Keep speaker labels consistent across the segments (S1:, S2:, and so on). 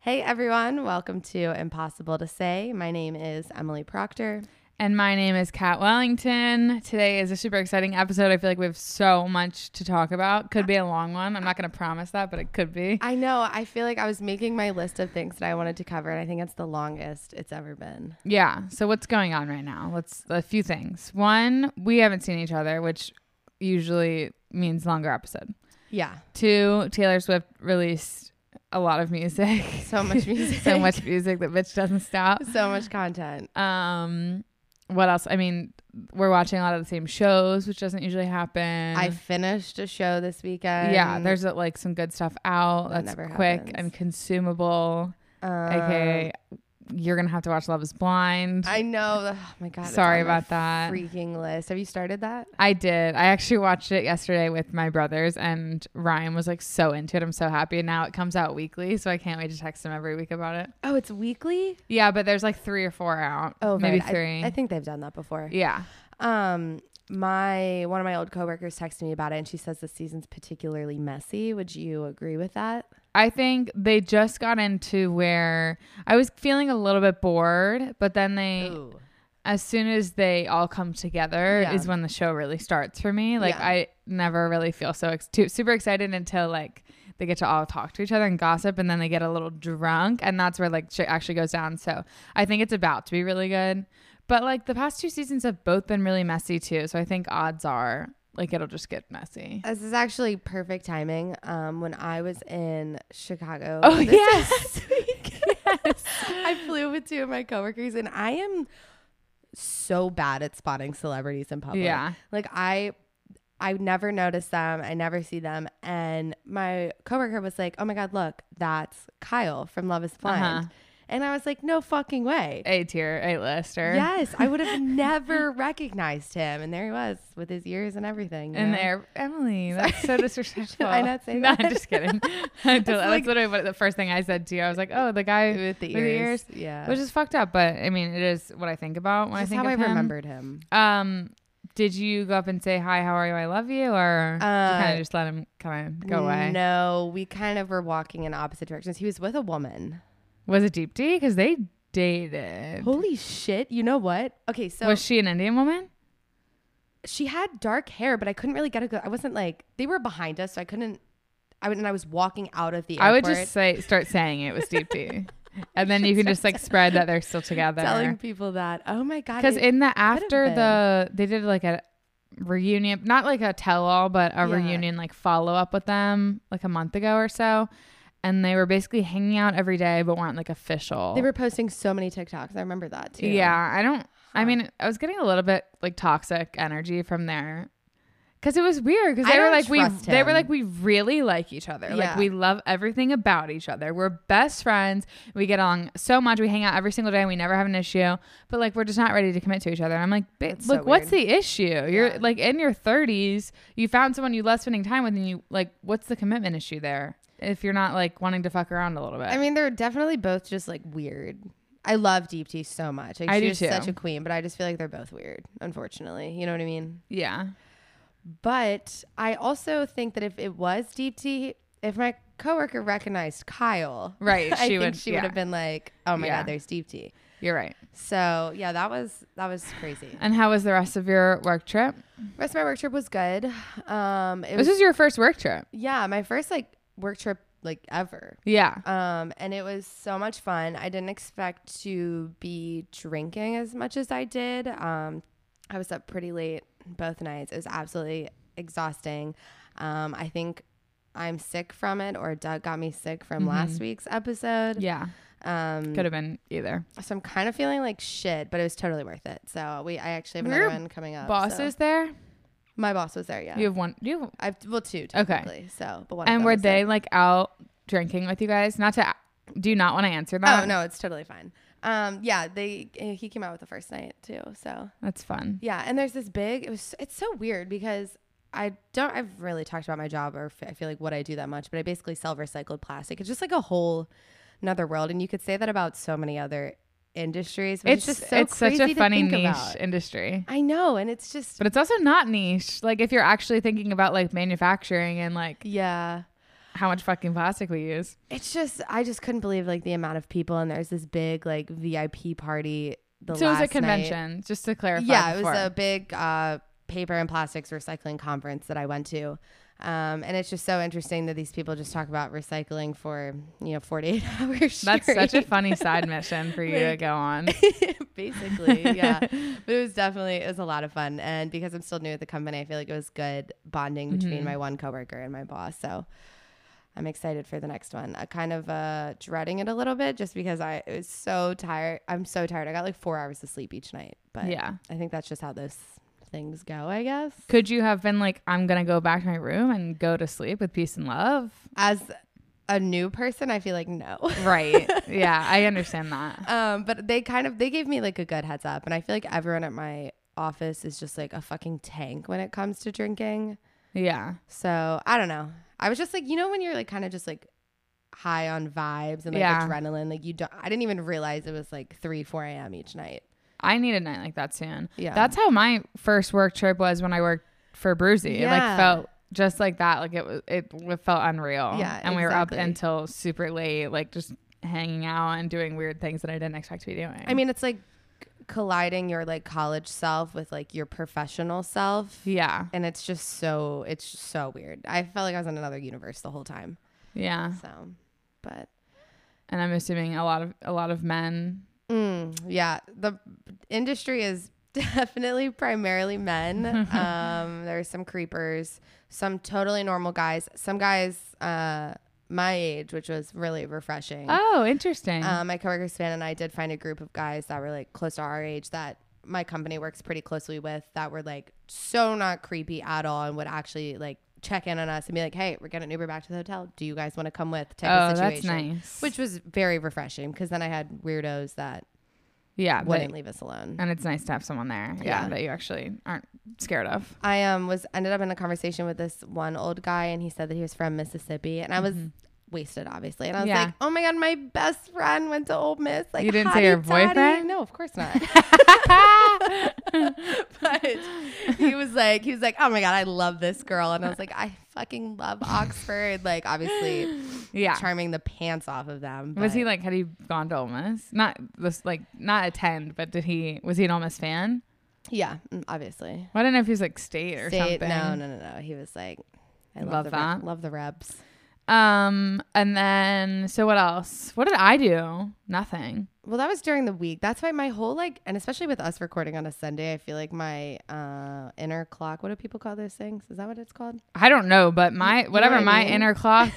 S1: Hey everyone, welcome to Impossible to Say. My name is Emily Proctor.
S2: And my name is Kat Wellington. Today is a super exciting episode. I feel like we have so much to talk about. Could be a long one. I'm not going to promise that, but it could be.
S1: I know, I feel like I was making my list of things that I wanted to cover, and I think it's the longest it's ever been.
S2: Yeah. So what's going on right now? Let's a few things. One, we haven't seen each other, which usually means longer episode.
S1: Yeah,
S2: Two, Taylor Swift released a lot of music.
S1: so much music,
S2: so much music that bitch doesn't stop.
S1: so much content.
S2: Um what else? I mean, we're watching a lot of the same shows, which doesn't usually happen.
S1: I finished a show this weekend.
S2: yeah there's uh, like some good stuff out
S1: That
S2: that's
S1: never
S2: quick
S1: happens.
S2: and consumable
S1: um,
S2: aka you're gonna have to watch love is blind i,
S1: I know. Oh my god. it's
S2: Sorry
S1: on my
S2: about that.
S1: Freaking list. Have you started that?
S2: did i actually watched it yesterday with my brothers and ryan was like so into it i'm so happy and now it comes out weekly so i can't wait to text him every week about it
S1: Oh, it's weekly.
S2: yeah but there's like three or four out
S1: Oh,
S2: maybe
S1: right. I-
S2: three
S1: I, think they've done that before.
S2: yeah
S1: Um, my one of my old coworkers texted me about it, and she says the season's particularly messy. Would you agree with that?
S2: I think they just got into where I was feeling a little bit bored, but then they as soon as they all come together
S1: Yeah.
S2: is when the show really starts for me. Like
S1: Yeah.
S2: I never really feel so ex- too, super excited until like they get to all talk to each other and gossip, and then they get a little drunk, and that's where like shit actually goes down. So I think it's about to be really good. But like the past two seasons have both been really messy too, so I think odds are like it'll just get messy.
S1: This is actually perfect timing. Um, when I was in Chicago,
S2: Oh,
S1: this
S2: yes.
S1: past week, I flew with two of my coworkers, and I am so bad at spotting celebrities in public.
S2: Yeah,
S1: like I. I never notice them. I never see them. And my coworker was like, "Oh my god, look, that's Kyle from Love Is Blind."
S2: Uh-huh.
S1: And I was like, "No fucking way."
S2: A tier, A lister.
S1: Yes, I would have never recognized him, and there he was with his ears and everything. you
S2: And
S1: know?
S2: there, Emily, that's so disrespectful.
S1: I not say
S2: no,
S1: that?
S2: I'm just kidding. I don't- that's
S1: like-
S2: literally what the first thing I said to you. I was like, oh, the guy
S1: with the
S2: with the
S1: ears, yeah,
S2: which is fucked up, but I mean, it is what I think about when
S1: Just
S2: I think
S1: how
S2: of
S1: I
S2: him.
S1: remembered him.
S2: Um, did you go up and say hi, how are you, I love you, or
S1: Uh,
S2: kind of just let him kind of go away?
S1: No, we kind of were walking in opposite directions. He was with a woman.
S2: Was it Deep D? Because they dated.
S1: Holy shit! You know what? Okay, so
S2: was she an Indian woman?
S1: she had dark hair, but I couldn't really get a good. I wasn't like they were behind us, so I couldn't. I would, and I was walking out of the. Airport
S2: I would just say start saying it was Deep D, and then you can just like spread that they're still together.
S1: telling people that. Oh my god!
S2: because
S1: it-
S2: in the
S1: have
S2: after
S1: been.
S2: the they did like a reunion not like a tell-all but a
S1: Yeah.
S2: reunion like follow-up with them like a month ago or so and they were basically hanging out every day but weren't like official
S1: they were posting so many TikToks. I remember that too.
S2: yeah i don't i
S1: Huh.
S2: mean i was getting a little bit like toxic energy from there because it was weird because
S1: I
S2: they were
S1: don't
S2: like we
S1: trust
S2: they were
S1: him.
S2: like we really like each other
S1: Yeah.
S2: like we love everything about each other we're best friends we get along so much we hang out every single day and we never have an issue but like we're just not ready to commit to each other and i'm like "Ba-
S1: That's so
S2: look what's the issue you're
S1: Yeah.
S2: like in your 30s you found someone you love spending time with and you like what's the commitment issue there if you're not like wanting to fuck around a little bit
S1: I mean, they're definitely both just like weird. I love Deep T so much. Like,
S2: I do
S1: she's
S2: too.
S1: such a queen, but I just feel like they're both weird, unfortunately. You know what I mean?
S2: yeah
S1: But I also think that if it was Deep T, if my coworker recognized Kyle,
S2: Right,
S1: I
S2: she
S1: think
S2: would-
S1: she
S2: yeah.
S1: would have been like, "Oh my
S2: Yeah.
S1: god, there's Deep T."
S2: you're right
S1: So yeah, that was that was crazy.
S2: and how was the rest of your work trip
S1: Rest of my work trip was good. Um, it
S2: This
S1: was
S2: is your first work trip.
S1: yeah, my first like work trip like ever.
S2: Yeah.
S1: Um, and it was so much fun. I didn't expect to be drinking as much as I did. Um, I was up pretty late both nights. It was absolutely exhausting. Um, I think I'm sick from it, or Doug got me sick from last week's episode.
S2: Mm-hmm. Yeah.
S1: Um,
S2: Could have been either.
S1: so I'm kind of feeling like shit, but it was totally worth it. So we, I actually have
S2: Were
S1: another
S2: your
S1: one coming up.
S2: Boss
S1: so-
S2: is there.
S1: my boss was there. Yeah,
S2: You have one. You have,
S1: I've well two
S2: Okay.
S1: technically. So, but one. of
S2: and
S1: them
S2: were
S1: was there.
S2: they like out drinking with you guys? Not to. Do you not want to answer that?
S1: Oh no, it's totally fine. Um, yeah, they he came out with the first night too. So
S2: That's fun.
S1: yeah, and there's this big. It was it's so weird because I don't. I've really talked about my job or f- I feel like what I do that much, but I basically sell recycled plastic. It's just like a whole another world, and you could say that about so many other industries. Which
S2: It's
S1: is just so
S2: it's such
S1: crazy
S2: a funny
S1: to think
S2: niche
S1: About.
S2: industry,
S1: I know, and it's just
S2: but it's also not niche. Like if you're actually thinking about like manufacturing and like
S1: yeah.
S2: how much fucking plastic we use.
S1: It's just I just couldn't believe like the amount of people and there's this big like VIP party. The
S2: so it was
S1: last
S2: a
S1: night.
S2: convention, just to clarify.
S1: Yeah, it
S2: before.
S1: was a big uh, paper and plastics recycling conference that I went to. Um, and it's just so interesting that these people just talk about recycling for you know 48 hours
S2: That's
S1: straight.
S2: such a funny side mission for you to
S1: Like-
S2: go on.
S1: basically yeah but it was definitely it was a lot of fun and because i'm still new at the company i feel like it was good bonding between
S2: Mm-hmm.
S1: my one coworker and my boss so i'm excited for the next one i kind of uh dreading it a little bit just because i it was so tired i'm so tired i got like four hours of sleep each night but
S2: Yeah.
S1: i think that's just how those things go i guess
S2: Could you have been like, I'm gonna go back to my room and go to sleep with peace and love?
S1: as a new person i feel like no
S2: Right. yeah, I understand that.
S1: um, but they kind of they gave me like a good heads up, and I feel like everyone at my office is just like a fucking tank when it comes to drinking.
S2: Yeah.
S1: So I don't know. I was just like, you know, when you're like kind of just like high on vibes and like
S2: Yeah.
S1: adrenaline, like you don't. I didn't even realize it was like three, four a.m. each night.
S2: I need a night like that soon.
S1: Yeah,
S2: That's how my first work trip was when I worked for Bruzy. It
S1: Yeah.
S2: like felt just like that. Like it was, it w- felt unreal.
S1: Yeah,
S2: and we were up
S1: exactly.
S2: until super late, like just hanging out and doing weird things that I didn't expect to be doing.
S1: I mean, it's like colliding your like college self with like your professional self.
S2: yeah,
S1: And it's just so it's just so weird. I felt like I was in another universe the whole time.
S2: yeah.
S1: So, but
S2: And I'm assuming a lot of a lot of men.
S1: Mm, yeah, the industry is definitely primarily men. um, there are some creepers, some totally normal guys, some guys uh, my age, which was really refreshing.
S2: Oh, interesting.
S1: Um, my coworker Span and I did find a group of guys that were like close to our age that my company works pretty closely with that were like so not creepy at all and would actually like check in on us and be like, "Hey, we're getting an Uber back to the hotel. Do you guys want to come with?" Type
S2: oh,
S1: of
S2: that's
S1: situation,
S2: nice.
S1: which was very refreshing because then I had weirdos that
S2: yeah, but-
S1: wouldn't leave us alone.
S2: and it's nice to have someone there. Yeah,
S1: Yeah.
S2: that you actually aren't scared of.
S1: I um was ended up in a conversation with this one old guy, and he said that he was from Mississippi, and I was wasted, obviously, and I was
S2: Mm-hmm. Yeah.
S1: like, "Oh my god, my best friend went to Old Miss." Like,
S2: You didn't say your
S1: hotty toddy.
S2: boyfriend?
S1: No, of course not. but he was like, he was like, "Oh my god, I love this girl," and I was like, "I fucking love Oxford." Like, obviously,
S2: yeah.
S1: charming the pants off of them.
S2: Was he
S1: but-
S2: like? Had he gone to Ole Miss? Not this, like not attend, but did he? Was he an Ole Miss fan?
S1: Yeah, mm, obviously.
S2: Well, I don't know if he was like state or
S1: State-
S2: something.
S1: No, no, no, no. He was like, "I love,
S2: Love
S1: the
S2: that.
S1: Re- love the Rebs."
S2: Um, and then so what else? What did I do? Nothing.
S1: Well, that was during the week. That's why my whole like, and especially with us recording on a Sunday, I feel like my uh, inner clock. What do people call those things? Is that what it's called?
S2: I don't know, but my whatever
S1: what I
S2: my
S1: mean?
S2: inner clock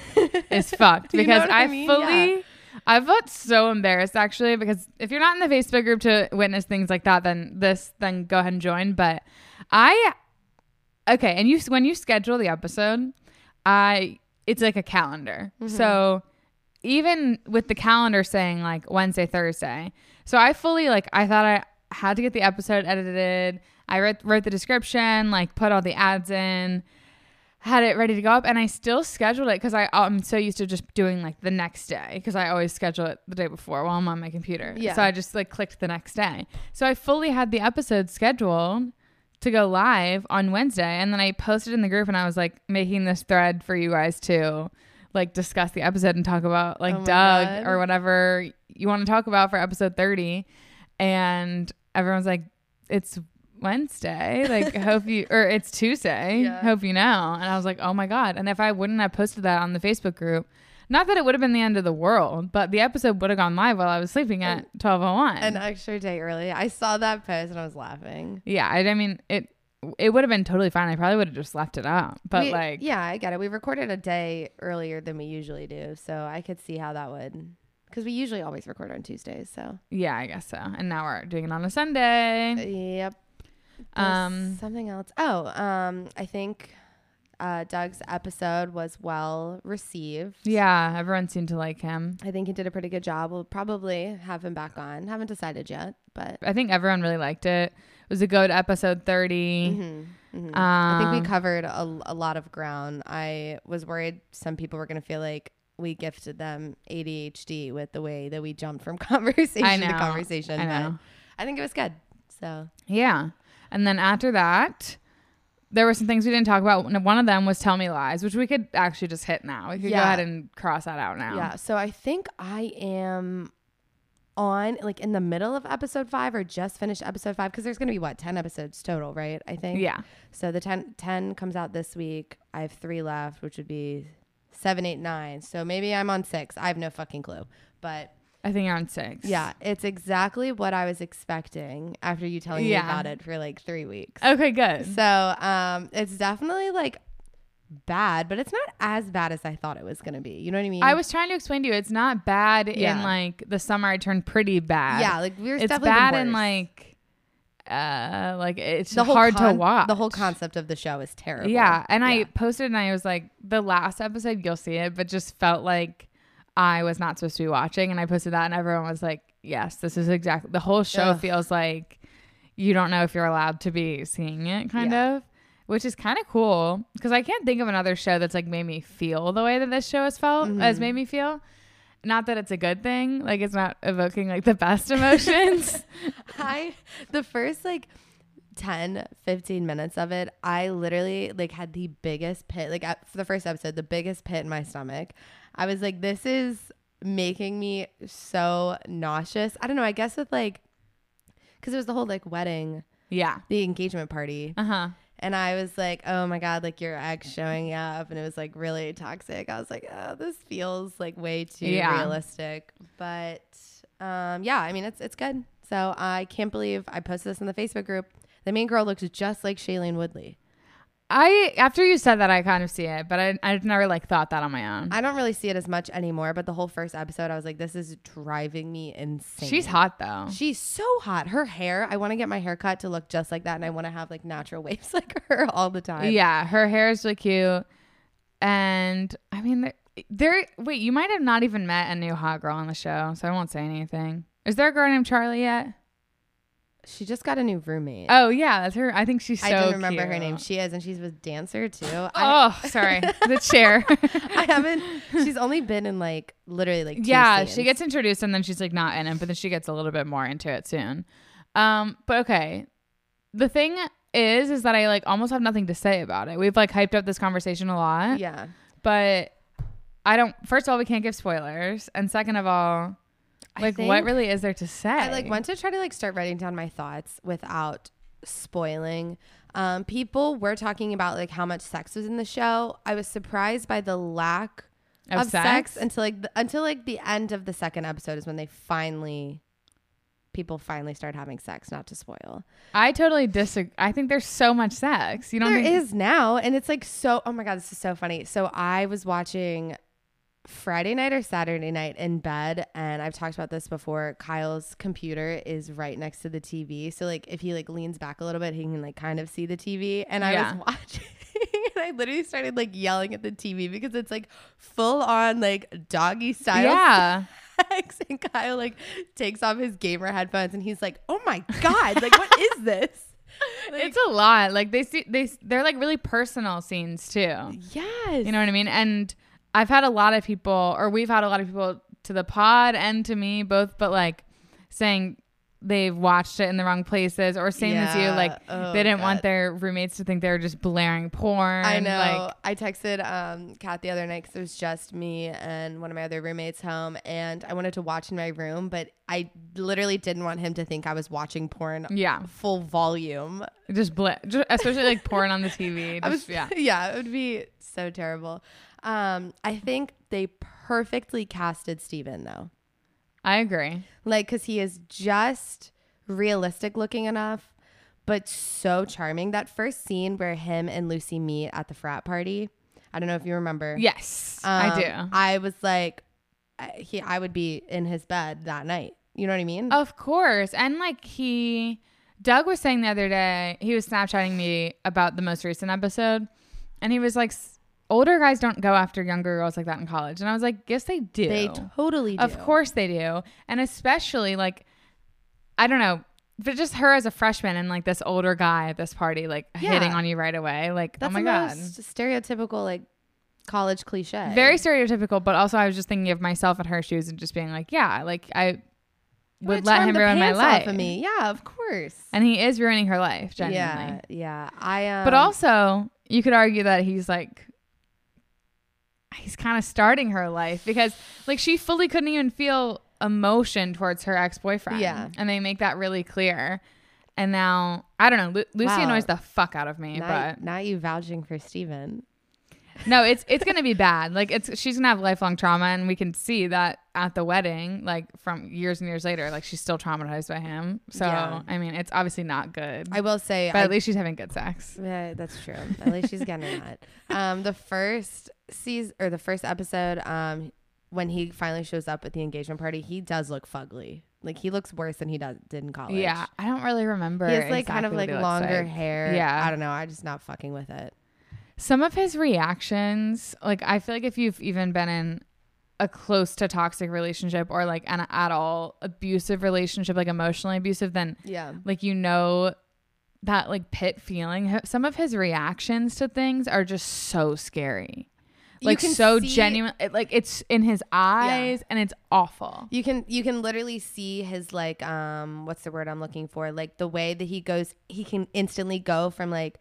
S2: is fucked
S1: You know
S2: because
S1: what
S2: I,
S1: I mean?
S2: fully. I felt so embarrassed actually because if you're not in the Facebook group to witness things like that, then this, then go ahead and join. But I, okay, and you when you schedule the episode, I it's like a calendar.
S1: Mm-hmm.
S2: So even with the calendar saying like Wednesday, Thursday. So I fully like I thought I had to get the episode edited. I wrote wrote the description, like put all the ads in, had it ready to go up, and I still scheduled it because I I'm so used to just doing like the next day because I always schedule it the day before while I'm on my computer.
S1: Yeah.
S2: So I just like clicked the next day. So I fully had the episode scheduled to go live on Wednesday, and then I posted in the group, and I was like making this thread for you guys to like discuss the episode and talk about like
S1: Oh my
S2: Doug
S1: God.
S2: or whatever you want to talk about for episode thirty, and everyone's like, "It's Wednesday, like hope you or it's Tuesday,
S1: Yeah.
S2: hope you know." And I was like, "Oh my god!" And if I wouldn't have posted that on the Facebook group. Not that it would have been the end of the world, but the episode would have gone live while I was sleeping at twelve oh one.
S1: An extra day early. I saw that post and I was laughing.
S2: Yeah, I, I mean it. It would have been totally fine. I probably would have just left it up. But
S1: We-
S2: like,
S1: yeah, I get it. We recorded a day earlier than we usually do, so I could see how that would, because we usually always record on Tuesdays. So,
S2: yeah, I guess so. And now we're doing it on a Sunday.
S1: yep. There's
S2: Um,
S1: something else. Oh, um, I think uh, Doug's episode was well received.
S2: yeah, everyone seemed to like him.
S1: I think he did a pretty good job. We'll probably have him back on. Haven't decided yet, but
S2: I think everyone really liked it. It was a good episode 30
S1: mhm.
S2: Um,
S1: I think we covered a, a lot of ground. I was worried some people were going to feel like we gifted them ADHD with the way that we jumped from conversation
S2: I
S1: to
S2: know.
S1: conversation.
S2: I know.
S1: But I think it was good. So
S2: yeah, and then after that, there were some things we didn't talk about. One of them was tell me lies, which we could actually just hit now. We could go
S1: Yeah.
S2: ahead and cross that out now.
S1: Yeah. So I think I am on like in the middle of episode five or just finished episode five because there's going to be what 10 episodes total right i think
S2: Yeah.
S1: so the 10, 10 comes out this week i have three left which would be seven eight nine so maybe i'm on six i have no fucking clue but
S2: I think you're on six.
S1: yeah it's exactly what i was expecting after you telling
S2: Yeah.
S1: me about it for like three weeks
S2: Okay, good.
S1: so um it's definitely like bad but it's not as bad as i thought it was going to be you know what i mean
S2: I was trying to explain to you, it's not bad in
S1: Yeah.
S2: like the summer. I turned pretty bad.
S1: yeah like we were
S2: it's
S1: definitely
S2: bad
S1: been
S2: in
S1: worse.
S2: like, uh, like it's hard
S1: con-
S2: to watch.
S1: The whole concept of the show is terrible.
S2: Yeah, and I
S1: Yeah.
S2: posted and I was like, the last episode you'll see it, but just felt like I was not supposed to be watching, and I posted that, and everyone was like, yes, this is exactly the whole show
S1: Ugh.
S2: feels like you don't know if you're allowed to be seeing it, kind
S1: Yeah.
S2: of. Which is kind of cool because I can't think of another show that's like made me feel the way that this show has felt
S1: Mm-hmm.
S2: has made me feel. Not that it's a good thing, like it's not evoking like the best emotions.
S1: I the first like 10 15 minutes of it i literally like had the biggest pit like at, for the first episode the biggest pit in my stomach i was like this is making me so nauseous i don't know i guess with like because it was the whole like wedding
S2: yeah.
S1: the engagement party
S2: Uh huh.
S1: and i was like oh my god like your ex showing up and it was like really toxic i was like oh this feels like way too
S2: Yeah.
S1: realistic but um yeah i mean it's it's good so i can't believe i posted this in the facebook group the main girl looks just like shailene woodley
S2: I after you said that, I kind of see it, but I I've never like thought that on my own.
S1: i don't really see it as much anymore but the whole first episode i was like this is driving me insane
S2: She's hot though.
S1: She's so hot. Her hair, I want to get my hair cut to look just like that. And I want to have like natural waves like her all the time.
S2: yeah, her hair is really cute, and I mean, there, there. Wait, you might have not even met a new hot girl on the show, so I won't say anything. Is there a girl named Charlie yet?
S1: She just got a new roommate.
S2: Oh yeah, that's her. I think she's so.
S1: I didn't remember her
S2: cute.
S1: name. She is, and she's with dancer too. I,
S2: oh, sorry, the chair.
S1: I haven't. She's only been in like literally like. Two
S2: yeah,
S1: scenes.
S2: she gets introduced and then she's like not in it, but then she gets a little bit more into it soon. Um, but okay. The thing is, is that I like almost have nothing to say about it. We've like hyped up this conversation a lot,
S1: Yeah,
S2: but I don't. First of all, we can't give spoilers, and second of all,
S1: I
S2: like what
S1: think-
S2: really is there to say?
S1: I like went to try to like start writing down my thoughts without spoiling. Um, people were talking about like how much sex was in the show. I was surprised by the lack
S2: of, sex.
S1: until like the, until like the end of the second episode is when they finally people finally start having sex. Not to spoil.
S2: I totally disagree. I think there's so much sex. You don't.
S1: There
S2: think-
S1: is now, and it's like so. Oh my god, this is so funny. So I was watching Friday night or Saturday night in bed, and I've talked about this before. Kyle's computer is right next to the TV, so like if he like leans back a little bit, he can like kind of see the TV. And I
S2: Yeah.
S1: was watching. And I literally started like yelling at the TV because it's like full on like doggy style
S2: Yeah.
S1: sex. And Kyle like takes off his gamer headphones and he's like, "Oh my god, like what is this?" Like,
S2: it's a lot. Like they see they they're like really personal scenes too.
S1: yes,
S2: You know what I mean? And I've had a lot of people, or we've had a lot of people to the pod and to me both, but like saying they've watched it in the wrong places, or same as you,
S1: Yeah.
S2: like
S1: Oh,
S2: they didn't want
S1: God.
S2: their roommates to think they were just blaring porn.
S1: I know.
S2: Like,
S1: I texted um, Kat the other night because it was just me and one of my other roommates home, and I wanted to watch in my room, but I literally didn't want him to think I was watching porn
S2: yeah,
S1: full volume.
S2: just bl- ju- especially like porn on the TV.
S1: I was,
S2: just- yeah,
S1: yeah. it would be so terrible. Um, I think they perfectly casted Steven though,
S2: I agree.
S1: like because he is just realistic looking enough. But so charming. That first scene where him and Lucy meet at the frat party. I don't know if you remember.
S2: Yes,
S1: Um,
S2: I do.
S1: I was like, I, he, I would be in his bed that night. You know what I mean?
S2: Of course. And like he Doug was saying the other day, he was snapchatting me about the most recent episode and he was like "S- older guys don't go after younger girls like that in college. And I was like, "Yes they do."
S1: they totally do.
S2: Of course they do. And especially like I don't know, but just her as a freshman and like this older guy at this party like
S1: Yeah.
S2: hitting on you right away. Like,
S1: That's
S2: oh my
S1: the
S2: god.
S1: most stereotypical like college cliche.
S2: Very stereotypical, but also I was just thinking of myself in her shoes and just being like, yeah, like I would
S1: Would've
S2: let
S1: charmed
S2: him
S1: the
S2: ruin my
S1: pants off
S2: life.
S1: of me. Yeah, of course.
S2: And he is ruining her life, genuinely.
S1: Yeah, yeah. I um,
S2: But also, you could argue that he's like, he's kind of starting her life because, like, she fully couldn't even feel emotion towards her ex boyfriend.
S1: Yeah.
S2: And they make that really clear. And now, I don't know. Lu- Lucy
S1: Wow.
S2: annoys the fuck out of me,
S1: not, not you vouching for Steven.
S2: but no, it's it's gonna be bad. Like it's she's gonna have lifelong trauma, and we can see that at the wedding, like from years and years later, like she's still traumatized by him. So
S1: Yeah.
S2: I mean, it's obviously not good.
S1: I will say,
S2: but
S1: I
S2: at least she's having good sex.
S1: Yeah, that's true. At least she's getting that. Um, the first season or the first episode, um, when he finally shows up at the engagement party, he does look fugly. Like he looks worse than he does did in college.
S2: Yeah, I don't really remember.
S1: he has like kind
S2: exactly
S1: of
S2: what
S1: like
S2: he looks
S1: longer
S2: like.
S1: hair.
S2: Yeah.
S1: I don't know. I'm just not fucking with it.
S2: Some of his reactions, like I feel like if you've even been in a close to toxic relationship or like an at all abusive relationship, like emotionally abusive, then
S1: Yeah,
S2: like you know that like pit feeling. H- Some of his reactions to things are just so scary, like so genuine. it- like it's in his eyes and it's awful.
S1: You can you can literally see his like um what's the word I'm looking for like the way that he goes he can instantly go from like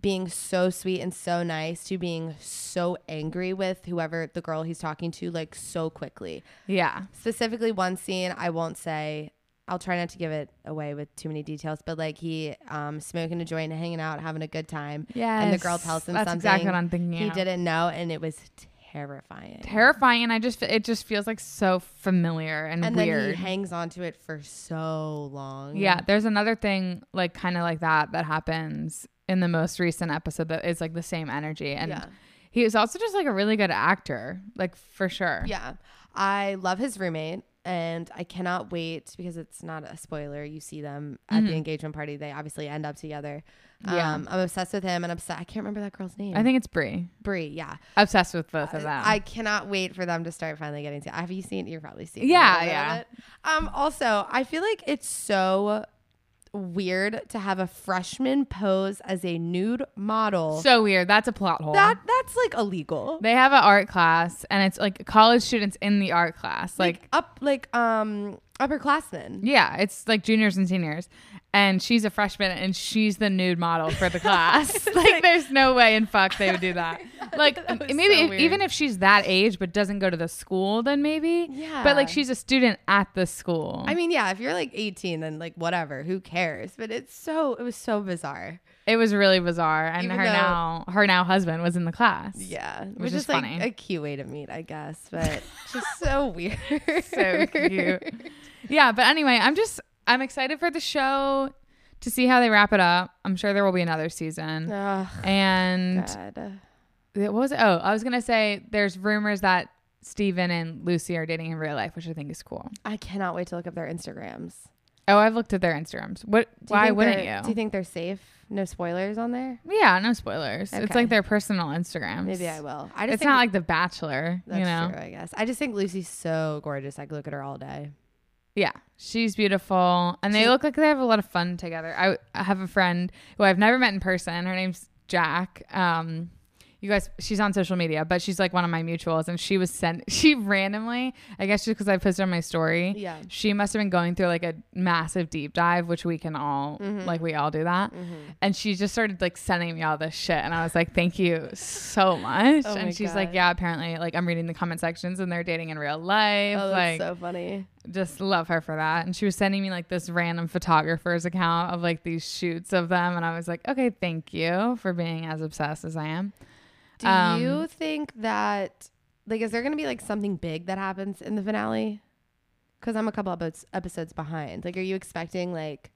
S1: being so sweet and so nice to being so angry with whoever the girl he's talking to like so quickly.
S2: Yeah,
S1: Specifically one scene I won't say I'll try not to give it away with too many details but like he um smoking a joint and hanging out having a good time
S2: yeah.
S1: and the girl tells him
S2: that's
S1: something
S2: exactly what I'm thinking.
S1: he
S2: of.
S1: didn't know and it was terrifying.
S2: terrifying and i just it just feels like so familiar and,
S1: and then
S2: weird
S1: he hangs onto it for so long.
S2: yeah there's another thing like kind of like that that happens in the most recent episode that is like the same energy and
S1: Yeah.
S2: he is also just like a really good actor like for sure
S1: Yeah. I love his roommate and I cannot wait because it's not a spoiler. You see them at the engagement party. They obviously end up together.
S2: Mm-hmm. Yeah.
S1: Um, I'm obsessed with him and obsessed. I can't remember that girl's name.
S2: i think it's brie
S1: Brie. Yeah.
S2: obsessed with both of them
S1: I, I cannot wait for them to start finally getting to. Have you seen? You've probably seen. a
S2: Yeah,
S1: little bit of
S2: yeah.
S1: it. Um. Also, I feel like it's so weird to have a freshman pose as a nude model.
S2: so weird that's a plot hole
S1: that that's like illegal.
S2: they have an art class and it's like college students in the art class like
S1: up like um upperclassmen.
S2: Yeah, it's like juniors and seniors. And she's a freshman and she's the nude model for the class. like, there's no way in fuck they would do that. Like,
S1: was
S2: maybe
S1: so
S2: if,
S1: weird.
S2: even if she's that age but doesn't go to the school, then maybe. But
S1: Yeah.
S2: like, she's a student at the school.
S1: I mean, yeah, if you're like 18, then like whatever, who cares? But it's so, it was so bizarre.
S2: it was really bizarre. And
S1: Even
S2: her
S1: though-
S2: now, her now husband was in the class.
S1: Yeah. Which,
S2: is
S1: is,
S2: funny.
S1: like a cute way to meet, I guess, but just so weird.
S2: So cute. Yeah. But anyway, I'm just, I'm excited for the show to see how they wrap it up. I'm sure there will be another season.
S1: Ugh,
S2: and.
S1: Oh, God.
S2: Th- what was it? Oh, I was gonna say there's rumors that Steven and Lucy are dating in real life, which I think is cool.
S1: I cannot wait to look up their Instagrams.
S2: Oh, I've looked at their Instagrams. What?
S1: Do you
S2: Why
S1: think
S2: wouldn't
S1: they're-
S2: you?
S1: Do you think they're safe? No spoilers on there?
S2: yeah, no spoilers. It's
S1: Okay.
S2: like their personal Instagrams.
S1: Maybe I will. I just
S2: it's
S1: think
S2: not like The Bachelor,
S1: that's
S2: you know.
S1: true, I guess. I just think Lucy's so gorgeous. I could look at her all day.
S2: Yeah, she's beautiful, and they
S1: She's-
S2: look like they have a lot of fun together. I, I have a friend who I've never met in person. Her name's Jack. Um, you guys, she's on social media, but she's like one of my mutuals, and she was sent. She randomly, I guess, just because I posted on my story,
S1: Yeah.
S2: she must have been going through like a massive deep dive, which we can all
S1: Mm-hmm.
S2: like we all do that. And she just started like sending me all this shit, and I was like, "Thank you so much."
S1: Oh my
S2: and she's like,
S1: God.
S2: "Yeah, apparently, like I'm reading the comment sections, and they're dating in real life.
S1: Oh, that's
S2: like,
S1: so funny.
S2: just love her for that." And she was sending me like this random photographer's account of like these shoots of them, and I was like, "Okay, thank you for being as obsessed as I am."
S1: Do
S2: Um,
S1: you think that like is there going to be like something big that happens in the finale? Because I'm a couple of episodes- episodes behind. Like, are you expecting like?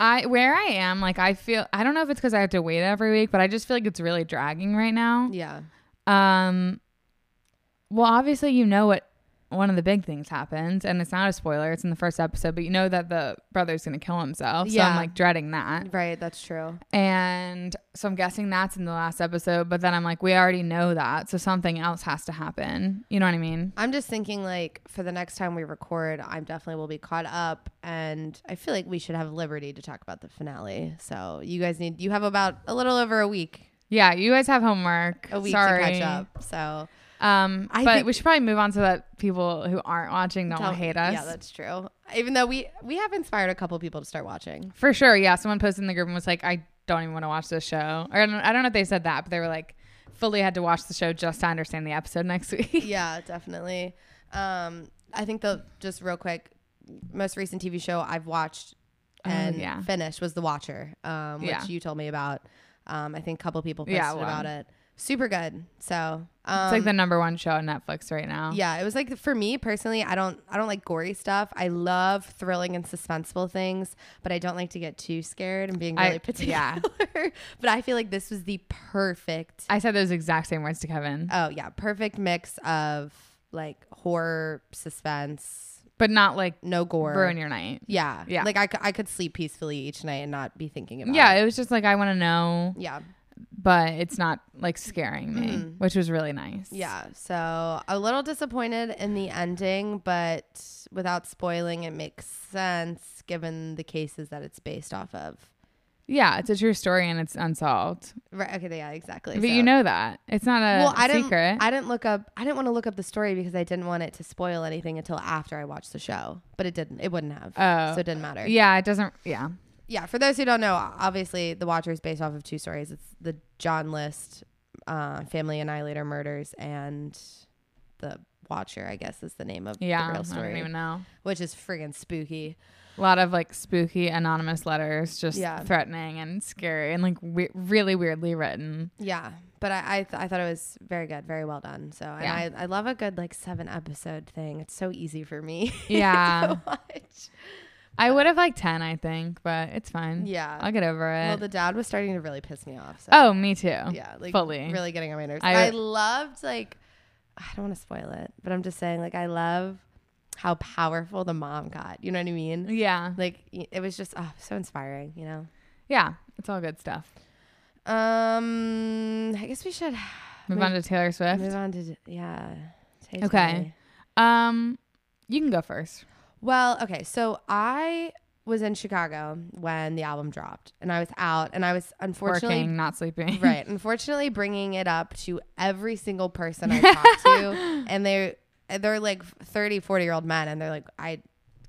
S2: I where I am, like I feel I don't know if it's because I have to wait every week, but I just feel like it's really dragging right now.
S1: Yeah.
S2: Um, well, obviously, you know what one of the big things happens, and it's not a spoiler. It's in the first episode, but you know that the brother's gonna kill himself. So I'm
S1: Yeah.
S2: like dreading that,
S1: Right. That's true.
S2: and so I'm guessing that's in the last episode. But then I'm like, we already know that, so something else has to happen. You know what I mean?
S1: I'm just thinking like for the next time we record, I'm definitely will be caught up, and I feel like we should have liberty to talk about the finale. So you guys need you have about a little over a week,
S2: Yeah, you guys have homework.
S1: a week
S2: Sorry.
S1: to catch up. So
S2: Um,
S1: I
S2: but
S1: think-
S2: we should probably move on so that people who aren't watching don't
S1: Tell-
S2: hate us.
S1: Yeah, that's true. Even though we we have inspired a couple people to start watching.
S2: For sure, yeah. Someone posted in the group and was like, "I don't even want to watch this show," or I don't, I don't know if they said that, but they were like, "Fully had to watch the show just to understand the episode next week."
S1: yeah, definitely. Um, I think the just real quick, most recent TV show I've watched
S2: Oh,
S1: and
S2: yeah.
S1: finished was The Watcher, um, which
S2: Yeah.
S1: you told me about. Um, I think a couple people posted
S2: Yeah, well.
S1: about it. Super good. So um,
S2: it's like the number one show on Netflix right now.
S1: yeah, it was like for me personally, I don't I don't like gory stuff. I love thrilling and suspenseful things, but I don't like to get too scared and being
S2: I-
S1: really particular.
S2: yeah.
S1: but I feel like this was the perfect
S2: I said those exact same words to Kevin,
S1: oh yeah, perfect mix of like horror, suspense,
S2: but not like
S1: no gore.
S2: ruin your night.
S1: yeah.
S2: Yeah.
S1: Like I, c- I could sleep peacefully each night and not be thinking about
S2: Yeah,
S1: it.
S2: it was just like I want to know,
S1: Yeah.
S2: but it's not like scaring me, which was really nice.
S1: Mm-hmm. Yeah. So a little disappointed in the ending, but without spoiling, it makes sense given the cases that it's based off of.
S2: yeah, it's a true story and it's unsolved.
S1: Right. Okay. Yeah. Exactly.
S2: But
S1: So-
S2: you know that it's not a
S1: Well, I didn't.
S2: secret.
S1: I didn't look up. I didn't want to look up the story because I didn't want it to spoil anything until after I watched the show. But it didn't. It wouldn't have.
S2: Oh.
S1: So it didn't matter. Yeah.
S2: yeah, it doesn't. Yeah,
S1: For those who don't know, obviously the Watcher is based off of two stories. It's the John List uh, family annihilator murders and the Watcher. I guess is the name of
S2: yeah.
S1: the real
S2: I don't
S1: story,
S2: even know.
S1: which is friggin' spooky.
S2: A lot of like spooky anonymous letters, just
S1: Yeah.
S2: threatening and scary and like we- really weirdly written.
S1: Yeah, but I I, th- I thought it was very good, very well done. So and
S2: Yeah.
S1: I I love a good like seven episode thing. It's so easy for me.
S2: Yeah,
S1: to watch.
S2: I would have like ten, I think, but it's fine.
S1: Yeah.
S2: I'll Mm. get over it.
S1: Well, the dad was starting to really piss me off. So.
S2: oh, me too. Yeah,
S1: yeah, like
S2: fully.
S1: really getting on my nerves.
S2: I-
S1: I, I loved like I don't want to spoil it, but I'm just saying like I love how powerful the mom got. You know what I mean?
S2: yeah,
S1: Like y- it was just oh, so inspiring. You know.
S2: It's all good stuff.
S1: Um, I guess we should
S2: Move
S1: Move-
S2: on to Taylor Swift.
S1: move on to yeah. Tay
S2: Okay.
S1: Tay.
S2: Um, you can go first.
S1: Well, okay. So I was in Chicago when the album dropped, and I was out, and I was unfortunately
S2: Working, not sleeping.
S1: right, unfortunately bringing it up to every single person I talked to, and they they're like 30, 40 year old men, and they're like, I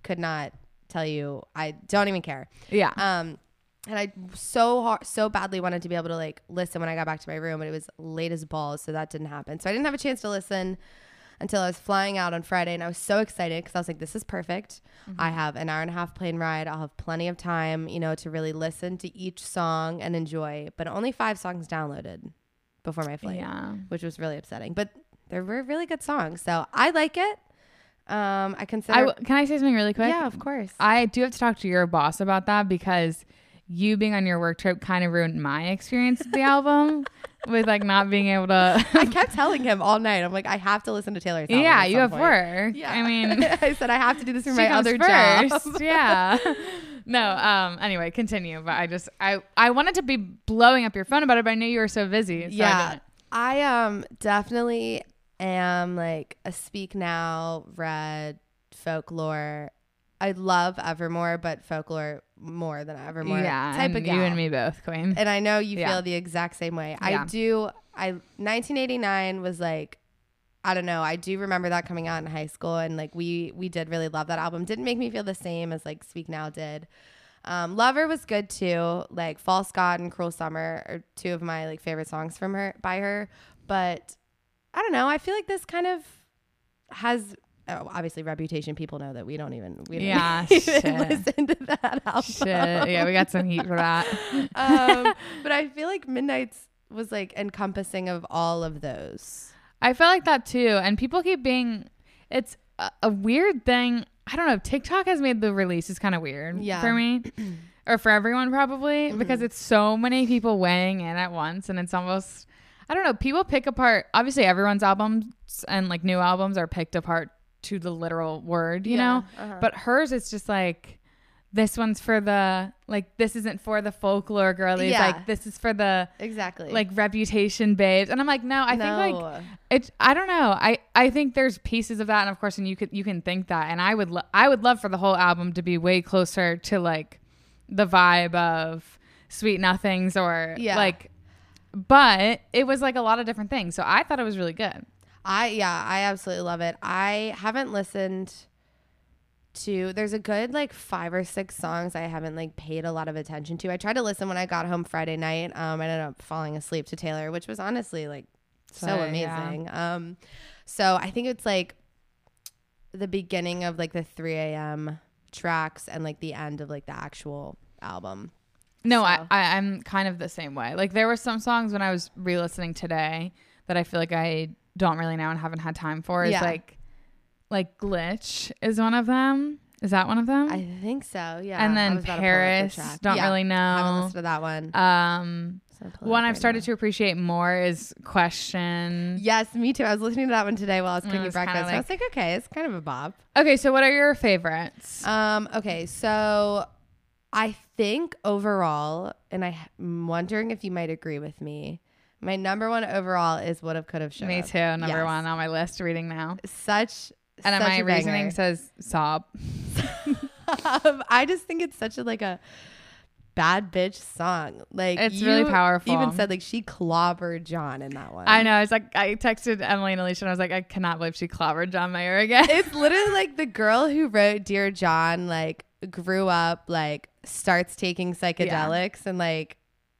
S1: could not tell you, I don't even care.
S2: yeah.
S1: Um, and I so hard, so badly wanted to be able to like listen when I got back to my room, but it was late as balls, so that didn't happen. So I didn't have a chance to listen until I was flying out on Friday, and I was so excited because I was like, "This is perfect. I have an hour and a half plane ride. I'll have plenty of time, you know, to really listen to each song and enjoy." But only five songs downloaded before my flight,
S2: yeah.
S1: which was really upsetting. But there were really good songs, so I like it. Um, I consider,
S2: I w- can I say something really quick?
S1: yeah, of course.
S2: I do have to talk to your boss about that because you being on your work trip kind of ruined my experience with the album with like not being able to.
S1: I kept telling him all night. I'm like, I have to listen to Taylor's. album
S2: yeah,
S1: at
S2: you
S1: some
S2: have
S1: point."
S2: work.
S1: Yeah,
S2: I mean,
S1: I said I have to do this for
S2: she
S1: my
S2: comes
S1: other job.
S2: first. yeah. No. Um. Anyway, continue. But I just I I wanted to be blowing up your phone about it, but I knew you were so busy. So I
S1: yeah,
S2: didn't.
S1: I um definitely am like a speak now red folklore. I love Evermore, but folklore more than Evermore.
S2: yeah.
S1: type
S2: and
S1: of
S2: you
S1: gal.
S2: and me both, Queen.
S1: And I know you
S2: Yeah.
S1: feel the exact same way. I
S2: Yeah.
S1: do. I 1989 was like. I don't know. I do remember that coming out in high school, and like we we did really love that album. Didn't make me feel the same as like Speak Now did. Um, Lover was good too. Like False God and Cruel Summer are two of my like favorite songs from her by her. But I don't know. I feel like this kind of has oh, obviously reputation. People know that we don't even we don't
S2: Yeah,
S1: even
S2: shit.
S1: listen to that album
S2: Shit. Yeah, we got some heat for that.
S1: um, but I feel like Midnight's was like encompassing of all of those.
S2: I feel like that too. And people keep being, it's a, a weird thing. I don't know. TikTok has made the releases kind of weird
S1: Yeah. Mm-hmm.
S2: for me or for everyone probably because it's so many people weighing in at once. And it's almost, I don't know. People pick apart, obviously, everyone's albums and like new albums are picked apart to the literal word, you know?
S1: Uh-huh.
S2: But hers, it's just like, this one's for the, like, this isn't for the folklore girlies.
S1: Yeah.
S2: Like, this is for the,
S1: Exactly.
S2: like, reputation babes. And I'm like, no, I think, like,
S1: No.
S2: it i don't know i i think there's pieces of that and of course and you could you can think that and i would lo- i would love for the whole album to be way closer to like the vibe of sweet nothings or
S1: Yeah.
S2: like but it was like a lot of different things so i thought it was really good
S1: I yeah, I absolutely love it. I haven't listened to there's a good like five or six songs I haven't like paid a lot of attention to. I tried to listen when I got home Friday night. Um, I ended up falling asleep to Taylor, which was honestly like so,
S2: So, yeah.
S1: amazing. Um, so I think it's like the beginning of like the 3 a.m. tracks and like the end of like the actual album.
S2: No, I,
S1: So-
S2: I I'm kind of the same way. Like there were some songs when I was re-listening today that I feel like I don't really know and haven't had time for. Is
S1: Yeah.
S2: like like glitch is one of them. Is that one of them?
S1: I think so. Yeah.
S2: Mm-hmm. and
S1: I
S2: then
S1: was about to pull up the
S2: Paris.
S1: track.
S2: Don't
S1: Yeah,
S2: really
S1: Haven't
S2: know.
S1: listened to that one.
S2: Um,
S1: So I'm pulling it
S2: one
S1: up
S2: I've
S1: right
S2: started
S1: now.
S2: to appreciate more is question.
S1: Yes, me too. I was listening to that one today while I was
S2: And it
S1: cooking
S2: was kinda
S1: breakfast. I was like, okay, it's kind of a bob.
S2: Okay, so what are your favorites?
S1: Um, okay, so I think overall, and I'm wondering if you might agree with me, my number one overall is what have could have should
S2: Me
S1: have.
S2: too. Number
S1: Yes.
S2: one on my list. Reading now.
S1: Such
S2: And
S1: such
S2: my
S1: a
S2: reasoning
S1: banger.
S2: says sob.
S1: um, I just think it's such a like a bad bitch song. Like
S2: It's
S1: you
S2: really powerful.
S1: Even said like she clobbered John in that one.
S2: I know. I was like, I texted Emily and Alicia, and I was like, I cannot believe she clobbered John Mayer again.
S1: It's literally like the girl who wrote Dear John like grew up like starts taking psychedelics and like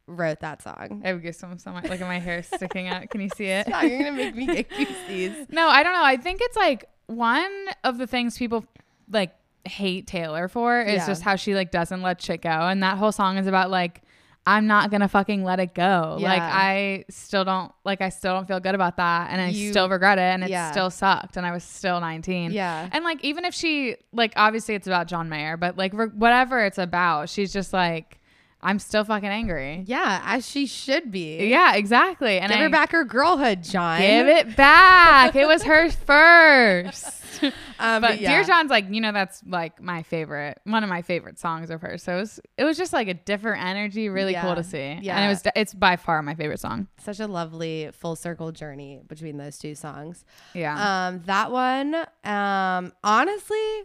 S1: wrote that song.
S2: I have goosebumps on my look at my hair sticking out. Can you see it?
S1: Now you're gonna make me get goosies.
S2: No, I don't know. I think it's like one of the things people like hate Taylor for is
S1: Yeah.
S2: just how she like doesn't let shit go. And that whole song is about like I'm not gonna fucking let it go. Like
S1: Yeah.
S2: I still don't like I still don't feel good about that and I
S1: You-
S2: still regret it and it
S1: Yeah.
S2: still sucked and I was still 19.
S1: Yeah.
S2: And like even if she like obviously it's about John Mayer, but like re- whatever it's about, she's just like I'm still fucking angry.
S1: Yeah, as she should be.
S2: Yeah, exactly. And
S1: Give
S2: I,
S1: her back her girlhood, John.
S2: Give it back. it was her first.
S1: Um,
S2: But
S1: yeah.
S2: Dear John's like, you know, that's like my favorite, one of my favorite songs of hers. So it was, it was just like a different energy, really
S1: Yeah.
S2: cool to see. And
S1: Yeah.
S2: it was, it's by far my favorite song.
S1: such a lovely full circle journey between those two songs.
S2: Yeah.
S1: Um, that one, um, honestly,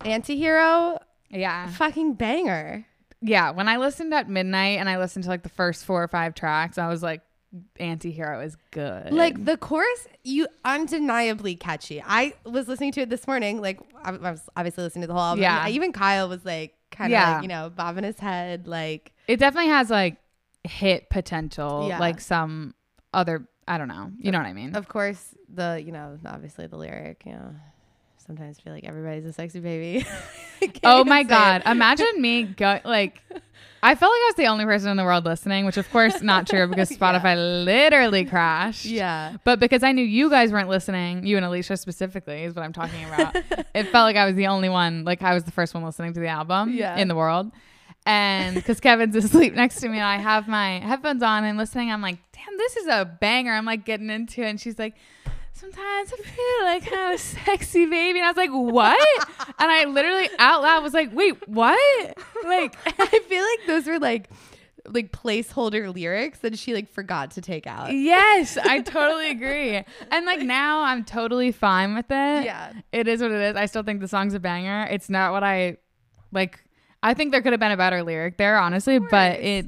S1: Antihero,
S2: yeah.
S1: fucking banger.
S2: Yeah. When I listened at midnight and I listened to like the first four or five tracks, I was like, anti hero is good.
S1: Like the chorus, you undeniably catchy. I was listening to it this morning. Like I I was obviously listening to the whole album.
S2: Yeah.
S1: I- even Kyle was like, kind of,
S2: Yeah.
S1: like, you know, bobbing his head. Like
S2: it definitely has like hit potential,
S1: Yeah.
S2: like some other, I don't know. You know what I mean?
S1: of course the you know obviously the lyric you know sometimes feel like everybody's a sexy baby I can't
S2: Oh
S1: even
S2: my
S1: say it.
S2: god! Imagine me go like. I felt like I was the only person in the world listening, which of course not true because Spotify literally crashed.
S1: yeah
S2: But because I knew you guys weren't listening, you and Alicia specifically is what I'm talking about. it felt like I was the only one, like I was the first one listening to the album
S1: Yeah.
S2: in the world. And because Kevin's asleep next to me and I have my headphones on and listening, I'm like, damn, this is a banger. I'm like getting into it. And she's like, sometimes I feel like I'm a sexy baby. And I was like, what? and I literally out loud was like, wait, what? Like,
S1: I feel like those were like like placeholder lyrics that she like forgot to take out
S2: yes, I totally agree. And like now I'm totally fine with it.
S1: yeah
S2: It is what it is. I still think the song's a banger. It's not what I like. I think there could have been a better lyric there, honestly, but it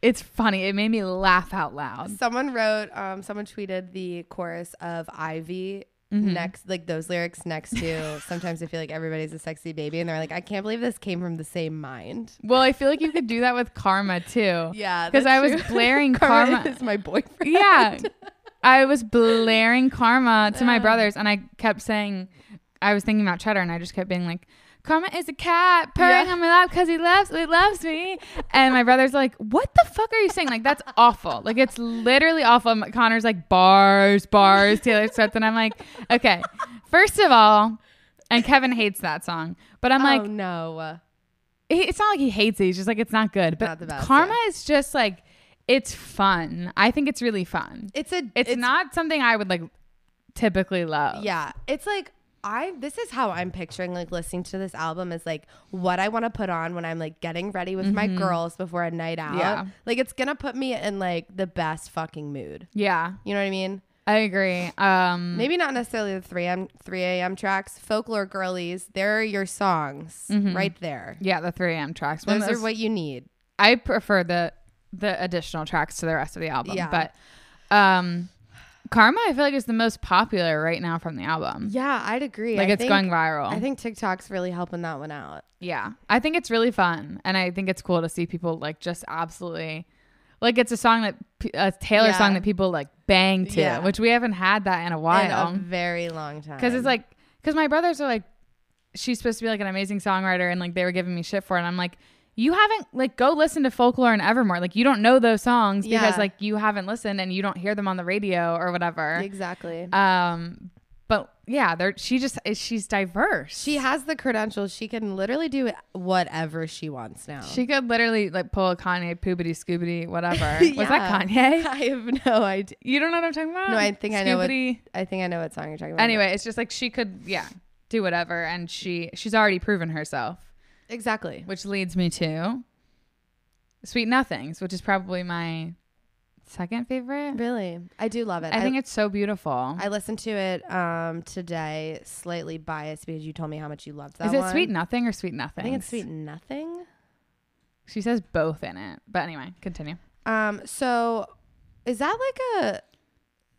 S2: it's funny. It made me laugh out loud.
S1: someone wrote um someone tweeted the chorus of Ivy
S2: Mm-hmm.
S1: next like those lyrics next to sometimes I feel like everybody's a sexy baby and they're like I can't believe this came from the same mind
S2: Well, I feel like you could do that with Karma too.
S1: yeah
S2: Because I was
S1: that's true.
S2: blaring
S1: Karma,
S2: Karma.
S1: is my boyfriend
S2: yeah. I was blaring Karma to my brothers and I kept saying I was thinking about Cheddar and I just kept being like Karma is a cat purring
S1: Yeah.
S2: on my lap because he loves he loves me. And my brother's like, "What the fuck are you saying? Like that's awful. Like it's literally awful." And Connor's like, "Bars, bars, Taylor Swift," and I'm like, "Okay, first of all." And Kevin hates that song, but I'm like,
S1: oh no
S2: he- it's not like he hates it. He's just like it's not good. But
S1: Not the best,
S2: karma is just like it's fun. I think it's really fun.
S1: it's a
S2: It's, not something I would like typically love.
S1: yeah it's like i this is how i'm picturing like listening to this album is like what i want to put on when i'm like getting ready with my girls before a night out
S2: Mm-hmm. Yeah.
S1: like it's gonna put me in like the best fucking mood
S2: Yeah,
S1: you know what i mean
S2: I agree. Um,
S1: maybe not necessarily the 3 a.m 3 a.m tracks folklore girlies they're your songs right there
S2: yeah, the 3 a.m. tracks. When
S1: those are
S2: those-
S1: what you need
S2: I prefer the the additional tracks to the rest of the album.
S1: Yeah.
S2: But um, Karma, I feel like is the most popular right now from the album.
S1: Yeah, I'd agree.
S2: Like
S1: I
S2: it's
S1: think-
S2: going viral.
S1: I think TikTok's really helping that one out.
S2: yeah. I think it's really fun and I think it's cool to see people like just absolutely like it's a song that p- a Taylor
S1: Yeah.
S2: song that people like bang to,
S1: Yeah.
S2: which we haven't had that in a
S1: in
S2: while.
S1: a very long time.
S2: Because it's like, because my brothers are like, she's supposed to be like an amazing songwriter, and like they were giving me shit for it. And I'm like, you haven't like go listen to Folklore and Evermore. Like you don't know those songs because
S1: Yeah.
S2: like you haven't listened and you don't hear them on the radio or whatever.
S1: exactly.
S2: Um, but yeah, they're she just is she's diverse.
S1: she has the credentials. She can literally do whatever she wants now.
S2: she could literally like pull a Kanye poobity scoobity whatever. Was that
S1: Yeah.
S2: Kanye?
S1: I have no idea.
S2: You don't know what I'm talking about?
S1: No, I think I know what-
S2: Scoobity.
S1: I think I know what song you're talking about.
S2: Anyway, it's just like she could yeah do whatever, and she she's already proven herself.
S1: exactly.
S2: Which leads me to Sweet Nothings, which is probably my second favorite.
S1: Really, I do love it.
S2: I think it's so beautiful.
S1: I listened to it um, today, slightly biased because you told me how much you loved that.
S2: Is it
S1: one.
S2: Sweet Nothing or Sweet Nothing?
S1: I think it's sweet nothing.
S2: She says both in it. But anyway, continue.
S1: Um, so is that like a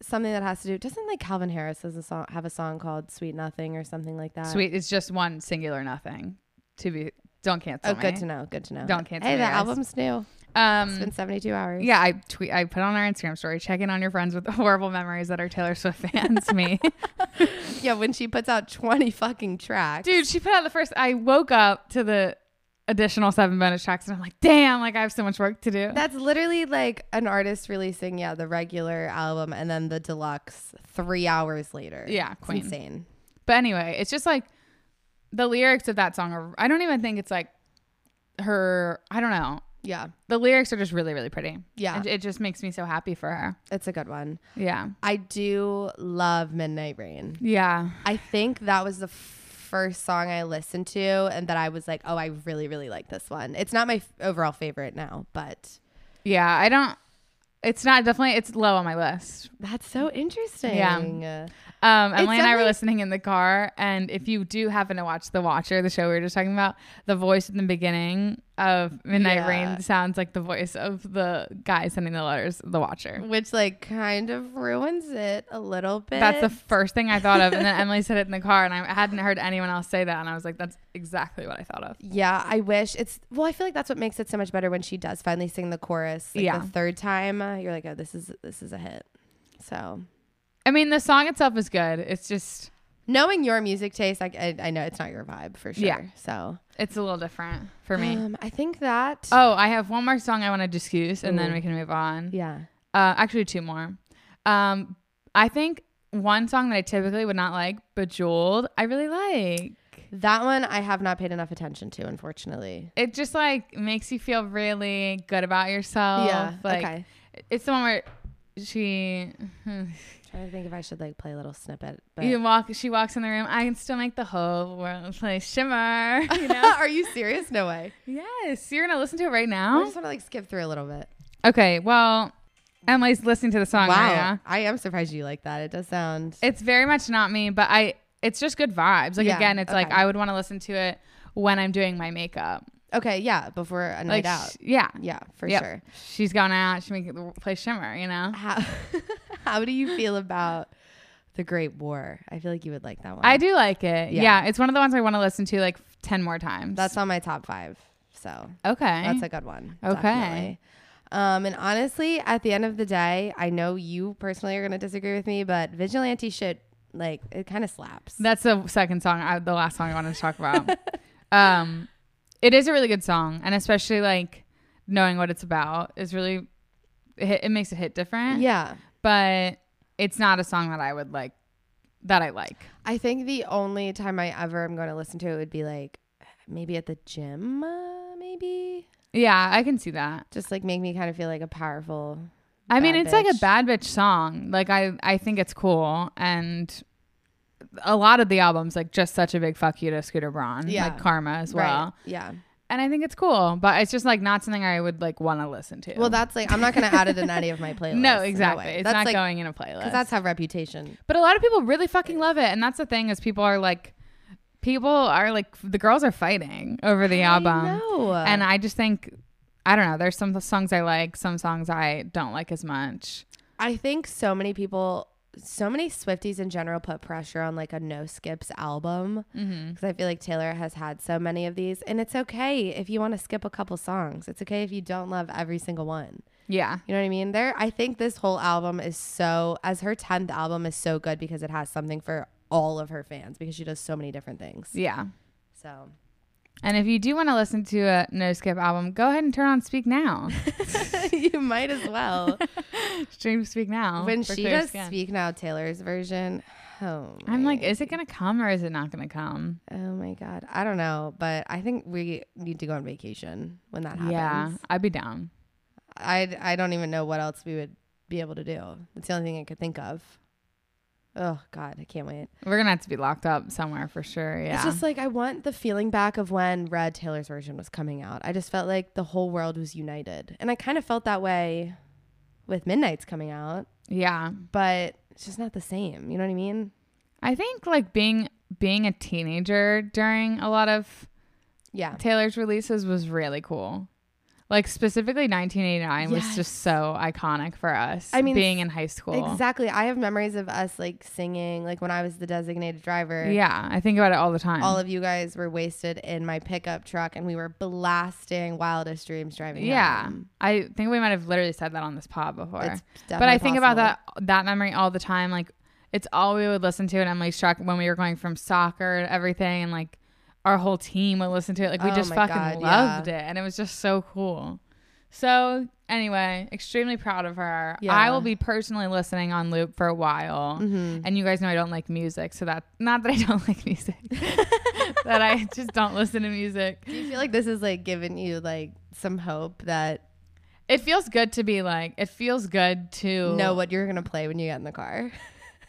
S1: something that has to do? Doesn't like Calvin Harris has a song have a song called Sweet Nothing or something like that?
S2: Sweet it's just one singular nothing. To be don't cancel
S1: Oh, good
S2: me.
S1: to know. Good to know.
S2: Don't cancel
S1: Hey,
S2: me,
S1: the
S2: guys.
S1: album's new. It's
S2: Um
S1: been seventy-two hours.
S2: yeah, I tweet I put on our Instagram story, check in on your friends with the horrible memories that are Taylor Swift fans me.
S1: yeah. When she puts out twenty fucking tracks,
S2: Dude, she put out the first I woke up to the additional seven bonus tracks and I'm like, damn, like I have so much work to do.
S1: that's literally like an artist releasing yeah the regular album and then the deluxe three hours later.
S2: Yeah,
S1: It's
S2: queen.
S1: insane.
S2: But anyway, it's just like the lyrics of that song are I don't even think it's like her I don't know.
S1: Yeah,
S2: The lyrics are just really, really pretty.
S1: Yeah.
S2: It, it just makes me so happy for her.
S1: it's a good one.
S2: Yeah.
S1: I do love Midnight Rain.
S2: Yeah.
S1: I think that was the first song I listened to, and that I was like, oh, I really, really like this one. It's not my f- overall favorite now, but
S2: Yeah. I don't it's not definitely it's low on my list.
S1: that's so interesting.
S2: Yeah. Um Emily and I were
S1: definitely-
S2: listening in the car and if you do happen to watch The Watcher, the show we were just talking about, the voice in the beginning of Midnight
S1: Yeah.
S2: Rain sounds like the voice of the guy sending the letters, The Watcher.
S1: Which like kind of ruins it a little bit.
S2: That's the first thing I thought of. And then Emily said it in the car, and I hadn't heard anyone else say that. And I was like, that's exactly what I thought of.
S1: yeah, I wish it's well. I feel like that's what makes it so much better when she does finally sing the chorus. Like
S2: Yeah.
S1: the third time, uh, you're like, oh, this is this is a hit. So
S2: I mean, the song itself is good. It's just,
S1: knowing your music taste, like I, I know it's not your vibe for sure.
S2: Yeah.
S1: So
S2: it's a little different for me.
S1: um, I think that.
S2: Oh, I have one more song I want to discuss, and then
S1: Ooh.
S2: we can move on.
S1: yeah.
S2: Uh, actually, two more. Um, I think one song that I typically would not like, Bejeweled, I really like.
S1: That one I have not paid enough attention to, unfortunately.
S2: It just like makes you feel really good about yourself. Like,
S1: okay.
S2: It's the one where she.
S1: trying to think if I should like play a little snippet. But
S2: You walk. She walks in the room. I can still make the whole world play shimmer. You know.
S1: Are you serious? No way.
S2: yes, you're gonna listen to it right
S1: I
S2: now.
S1: just want to like skip through a little bit.
S2: Okay. Well, Emily's listening to the song right now.
S1: I am surprised you like that. It does sound.
S2: It's very much not me, but I. It's just good vibes. Like
S1: Yeah,
S2: again, it's like
S1: okay.
S2: I would want to listen to it when I'm doing my makeup.
S1: okay, yeah, before a night
S2: Like
S1: out.
S2: sh- yeah,
S1: Yeah, for
S2: Yep.
S1: sure.
S2: She's gone out. She make it the- play shimmer. You know.
S1: How How do you feel about The Great War? I feel like you would like that one.
S2: I do like it. Yeah.
S1: Yeah.
S2: it's one of the ones I want to listen to like ten more times.
S1: That's on my top 5. So,
S2: okay.
S1: That's a good one.
S2: Okay.
S1: definitely. Um, and honestly, at the end of the day, I know you personally are going to disagree with me, but vigilante shit, like, it kind of slaps.
S2: That's the second song, I, the last song I wanted to talk about. um, it is a really good song, and especially like knowing what it's about is really it, hit- it makes it hit different.
S1: yeah.
S2: but it's not a song that I would like that I like.
S1: I think the only time I ever am going to listen to it would be like maybe at the gym, uh, maybe.
S2: Yeah, I can see that.
S1: Just like make me kind of feel like a powerful.
S2: I mean,
S1: Bad
S2: it's like a
S1: bitch.
S2: bad bitch song. Like I, I think it's cool, and a lot of the albums like just such a big fuck you to Scooter Braun,
S1: Yeah.
S2: like Karma as well.
S1: Right. Yeah.
S2: And I think it's cool, but it's just like not something I would like want to listen to.
S1: Well, that's like, I'm not going to add it in any of my playlists.
S2: no, exactly.
S1: way.
S2: it's
S1: that's
S2: not
S1: like,
S2: going in a playlist.
S1: Because that's how reputation.
S2: But a lot of people really fucking love it, and that's the thing is people are like, people are like, the girls are fighting over the album,
S1: No.
S2: and I just think, I don't know. There's some songs I like, some songs I don't like as much.
S1: I think so many people so many Swifties in general put pressure on like a no skips album
S2: Mm-hmm.
S1: because I feel like Taylor has had so many of these, and it's okay if you want to skip a couple songs. It's okay if you don't love every single one.
S2: Yeah.
S1: You know what I mean? There, I think this whole album is so as her tenth album is so good because it has something for all of her fans because she does so many different things.
S2: Yeah.
S1: So
S2: And if you do want to listen to a no skip album, go ahead and turn on Speak Now.
S1: you might as well.
S2: Stream Speak Now.
S1: when
S2: for
S1: she
S2: clear
S1: does
S2: skin.
S1: speak now, Taylor's version. Oh,
S2: I'm like,
S1: my-
S2: is it going to come or is it not going to come?
S1: oh my god, I don't know, but I think we need to go on vacation when that happens.
S2: Yeah. I'd be down.
S1: I I don't even know what else we would be able to do. That's the only thing I could think of. Oh God, I can't wait.
S2: We're going to have to be locked up somewhere for sure. Yeah.
S1: It's just like I want the feeling back of when Red Taylor's version was coming out. I just felt like the whole world was united, and I kind of felt that way with Midnight's coming out,
S2: yeah.
S1: but it's just not the same. You know what I mean?
S2: I think like being being a teenager during a lot of
S1: Yeah.
S2: Taylor's releases was really cool. Like specifically 1989 was
S1: Yes.
S2: just so iconic for us.
S1: I mean,
S2: being in high school.
S1: Exactly. I have memories of us like singing, like when I was the designated driver.
S2: Yeah, I think about it all the time.
S1: All of you guys were wasted in my pickup truck, and we were blasting "Wildest Dreams" driving.
S2: yeah,
S1: home.
S2: I think we might have literally said that on this pod before.
S1: It's
S2: but I
S1: definitely
S2: think about
S1: possible.
S2: that that memory all the time. Like it's all we would listen to in Emily's truck when we were going from soccer to everything, and like our whole team would listen to it. Like we
S1: Oh
S2: just
S1: my God,
S2: fucking loved it, and it was just so cool. So anyway, extremely proud of her. I
S1: Yeah. Mm-hmm.
S2: will be personally listening on loop for a while. And you guys know I don't like music, so that not that I don't like music, that I just don't listen to music.
S1: Do you feel like this is like giving you like some hope that
S2: It feels good to be like it feels good to
S1: know what you're gonna play when you get in the car?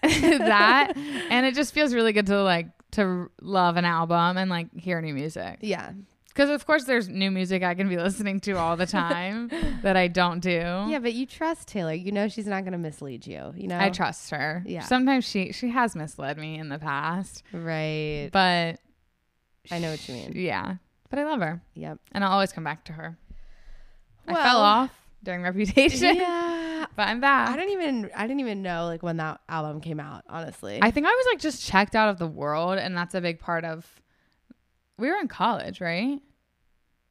S2: that and it just feels really good to like to love an album and like hear new music
S1: Yeah.
S2: because of course there's new music i can be listening to all the time that i don't do yeah
S1: Yeah, but you trust Taylor. You know she's not gonna mislead you. You know.
S2: i trust her
S1: Yeah.
S2: sometimes she she has misled me in the past
S1: Right.
S2: but
S1: I know what you mean.
S2: yeah but i love her
S1: Yep.
S2: and i'll always come back to her i fell
S1: Well-
S2: off during reputation
S1: yeah.
S2: but i'm back
S1: I don't even. I didn't even know like when that album came out. Honestly.
S2: I think I was like just checked out of the world, and that's a big part of. We were in college, right?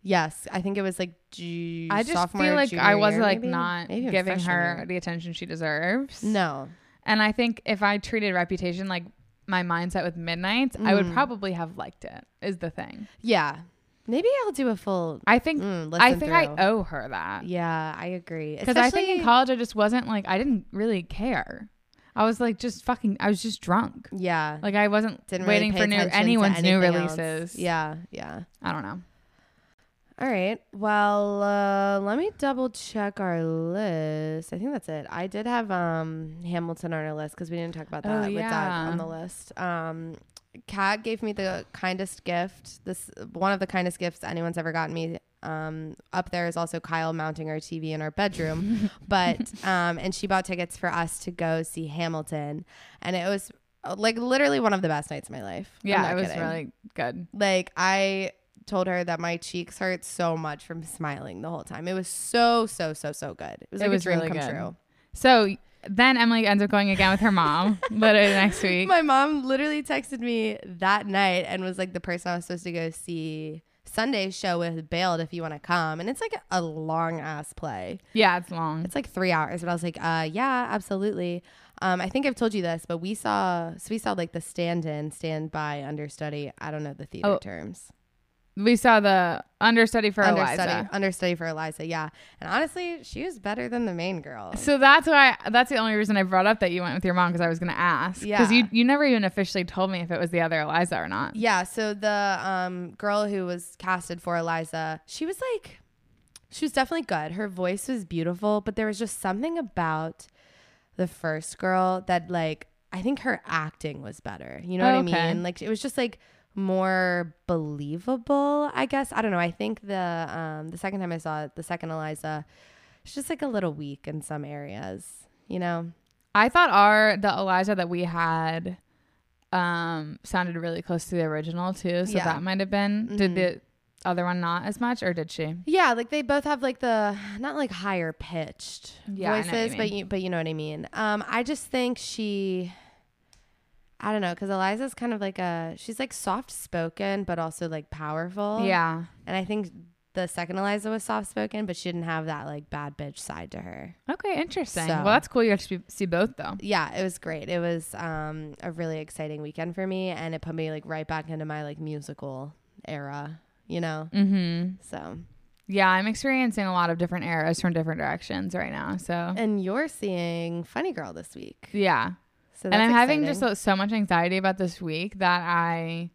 S1: Yes, I think it was like ju-
S2: I just
S1: sophomore,
S2: feel like
S1: junior
S2: I was
S1: year,
S2: like
S1: maybe?
S2: not
S1: Maybe even
S2: giving
S1: freshman
S2: her
S1: year.
S2: the attention she deserves.
S1: No,
S2: And I think if I treated Reputation like my mindset with Midnight, I would
S1: Mm.
S2: probably have liked it. Is the thing.
S1: yeah, maybe I'll do a full.
S2: I think
S1: Mm, listen
S2: I think
S1: through.
S2: I owe her that
S1: yeah, I agree.
S2: because I think in
S1: Especially-
S2: college I just wasn't like I didn't really care. I was like just fucking. I was just drunk.
S1: yeah,
S2: Like I wasn't
S1: didn't really
S2: waiting
S1: pay
S2: for new
S1: attention to
S2: anyone's new
S1: anything else.
S2: releases.
S1: Yeah, yeah.
S2: I don't know.
S1: All right. Well, uh, let me double check our list. I think that's it. I did have um, Hamilton on our list because we didn't talk about
S2: Oh,
S1: that with
S2: yeah.
S1: Doug on the list. Um, Kat gave me the kindest gift. This one of the kindest gifts anyone's ever gotten me. Um, up there is also Kyle mounting our TV in our bedroom, but um, and she bought tickets for us to go see Hamilton, and it was uh, like literally one of the best nights of my life. I'm
S2: Yeah,
S1: not
S2: it was
S1: kidding.
S2: really good.
S1: Like I told her that my cheeks hurt so much from smiling the whole time. It was so so so so good. It was
S2: It
S1: like
S2: was
S1: a dream
S2: really
S1: come
S2: good.
S1: true.
S2: So then Emily ends up going again with her mom literally next week.
S1: My mom literally texted me that night and was like, "The person I was supposed to go see Sunday's show with bailed. If you want to come." And it's like a long ass play.
S2: yeah, it's long.
S1: It's like three hours. But I was like, uh, "Yeah, absolutely." Um, I think I've told you this, but we saw so we saw like the stand-in, stand-by, understudy. I don't know the theater
S2: Oh,
S1: terms.
S2: we saw the understudy for
S1: understudy
S2: Eliza.
S1: understudy for Eliza, yeah. And honestly, she was better than the main girl.
S2: So that's why that's the only reason I brought up that you went with your mom because I was gonna ask.
S1: Yeah.
S2: Because you you never even officially told me if it was the other Eliza or not.
S1: yeah, so the um girl who was casted for Eliza, she was like she was definitely good. Her voice was beautiful, but there was just something about the first girl that like I think her acting was better. You know what
S2: Okay.
S1: I mean? Like it was just like more believable, I guess. I don't know. I think the um the second time I saw it, the second Eliza, she's just like a little weak in some areas, you know?
S2: I thought our the Eliza that we had um sounded really close to the original too, so
S1: Yeah. Mm-hmm.
S2: that might have been. Did the other one not as much, or did she?
S1: Yeah, like they both have like the not like higher pitched
S2: Yeah, I know what you
S1: voices, but
S2: mean.
S1: you but you know what I mean. Um, I just think she, I don't know, because Eliza's kind of like a she's like soft spoken, but also like powerful.
S2: yeah.
S1: and I think the second Eliza was soft spoken, but she didn't have that like bad bitch side to her.
S2: Okay, interesting.
S1: So-
S2: Well, that's cool. You got to see both though.
S1: Yeah, it was great. It was um a really exciting weekend for me, and it put me like right back into my like musical era. You know,
S2: Mm-hmm.
S1: so
S2: Yeah, I'm experiencing a lot of different eras from different directions right now. So
S1: and you're seeing Funny Girl this week.
S2: yeah,
S1: So
S2: and I'm having just
S1: exciting.
S2: uh, so much anxiety about this week that I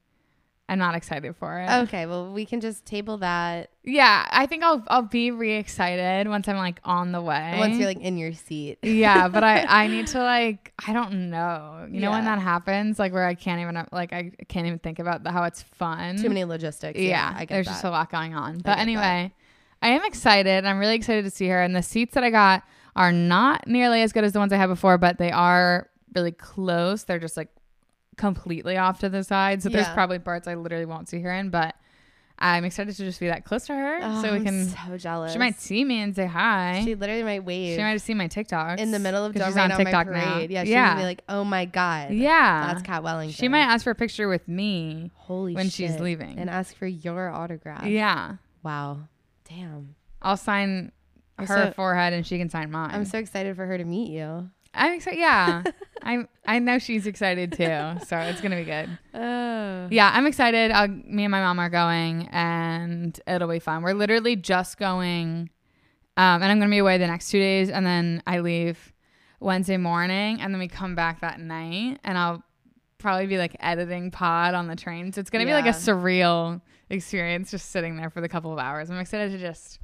S2: am not excited for it.
S1: okay. Well, we can just table that
S2: Yeah, I think I'll I'll be re-excited once I'm like on the way.
S1: once you're like in your seat.
S2: yeah, but I I need to like I don't know. You know when
S1: Yeah.
S2: that happens, like where I can't even uh, like I can't even think about the, how it's fun.
S1: Too many logistics.
S2: Mm-hmm. yeah,
S1: Yeah, I get
S2: there's
S1: that.
S2: just a lot going on.
S1: get
S2: But
S1: that.
S2: anyway, I am excited. and I'm really excited to see her. And the seats that I got are not nearly as good as the ones I had before, but they are really close. They're just like completely off to the side. So there's
S1: Yeah.
S2: probably parts I literally won't see her in, but I'm excited to just be that close to her,
S1: Oh,
S2: so we
S1: I'm
S2: can.
S1: so jealous.
S2: She might see me and say hi.
S1: She
S2: She,
S1: literally might wave
S2: might have seen my TikToks
S1: in the middle of
S2: 'cause
S1: Don't
S2: she's
S1: Rain on,
S2: TikTok
S1: My
S2: now.
S1: Parade. Yeah, she's gonna be like, "Oh my god,
S2: yeah.
S1: that's Cat Wellington."
S2: she might ask for a picture with me
S1: holy
S2: when she's
S1: shit,
S2: leaving.
S1: and ask for your autograph.
S2: yeah.
S1: Wow, damn.
S2: I'll sign
S1: I'm
S2: her
S1: so-
S2: forehead and she can sign mine.
S1: I'm so excited for her to meet you.
S2: I'm excited. Yeah. I'm, I know she's excited too. So it's going to be good.
S1: Oh,
S2: Yeah. I'm excited. I'll, me and my mom are going and it'll be fun. We're literally just going. Um, and I'm going to be away the next two days. And then I leave Wednesday morning. And then we come back that night. And I'll probably be like editing pod on the train. So it's going to be
S1: Yeah.
S2: like a surreal experience just sitting there for the couple of hours. I'm excited to just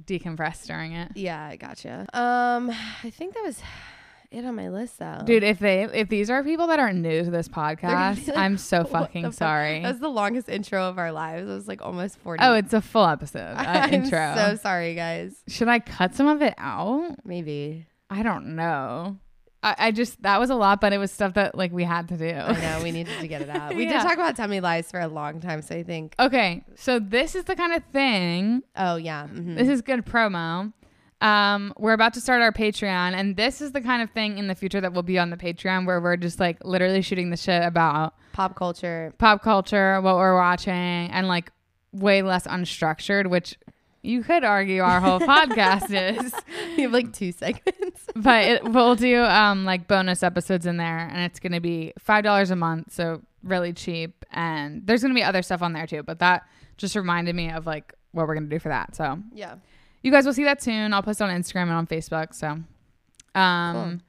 S2: decompress during it.
S1: yeah, I gotcha. Um, I think that was it on my list though.
S2: Dude, if they if these are people that are new to this
S1: gonna be
S2: podcast,
S1: like,
S2: I'm so
S1: "What
S2: fucking
S1: the fuck?"
S2: sorry.
S1: That was the longest intro of our lives. It was like almost 40.
S2: Oh, it's a full episode uh,
S1: I'm
S2: intro.
S1: so sorry, guys.
S2: Should I cut some of it out?
S1: Maybe.
S2: I don't know. I, I just that was a lot, but it was stuff that like we had to
S1: I
S2: do.
S1: know we needed to get it out. We
S2: Yeah.
S1: did talk about tummy lies for a long time, so I think.
S2: okay, so this is the kind of thing.
S1: Oh yeah, mhm.
S2: This is good promo. Um, we're about to start our Patreon, and this is the kind of thing in the future that will be on the Patreon where we're just like literally shooting the shit about
S1: pop culture.
S2: pop culture, what we're watching, and like way less unstructured, which you could argue our whole podcast is.
S1: You have like two segments.
S2: But it, we'll do um like bonus episodes in there, and it's gonna be five dollars a month, so really cheap. And there's gonna be other stuff on there too, but that just reminded me of like what we're gonna do for that. So
S1: yeah.
S2: you guys will see that soon. I'll post it on Instagram and on Facebook. So, um.
S1: Cool.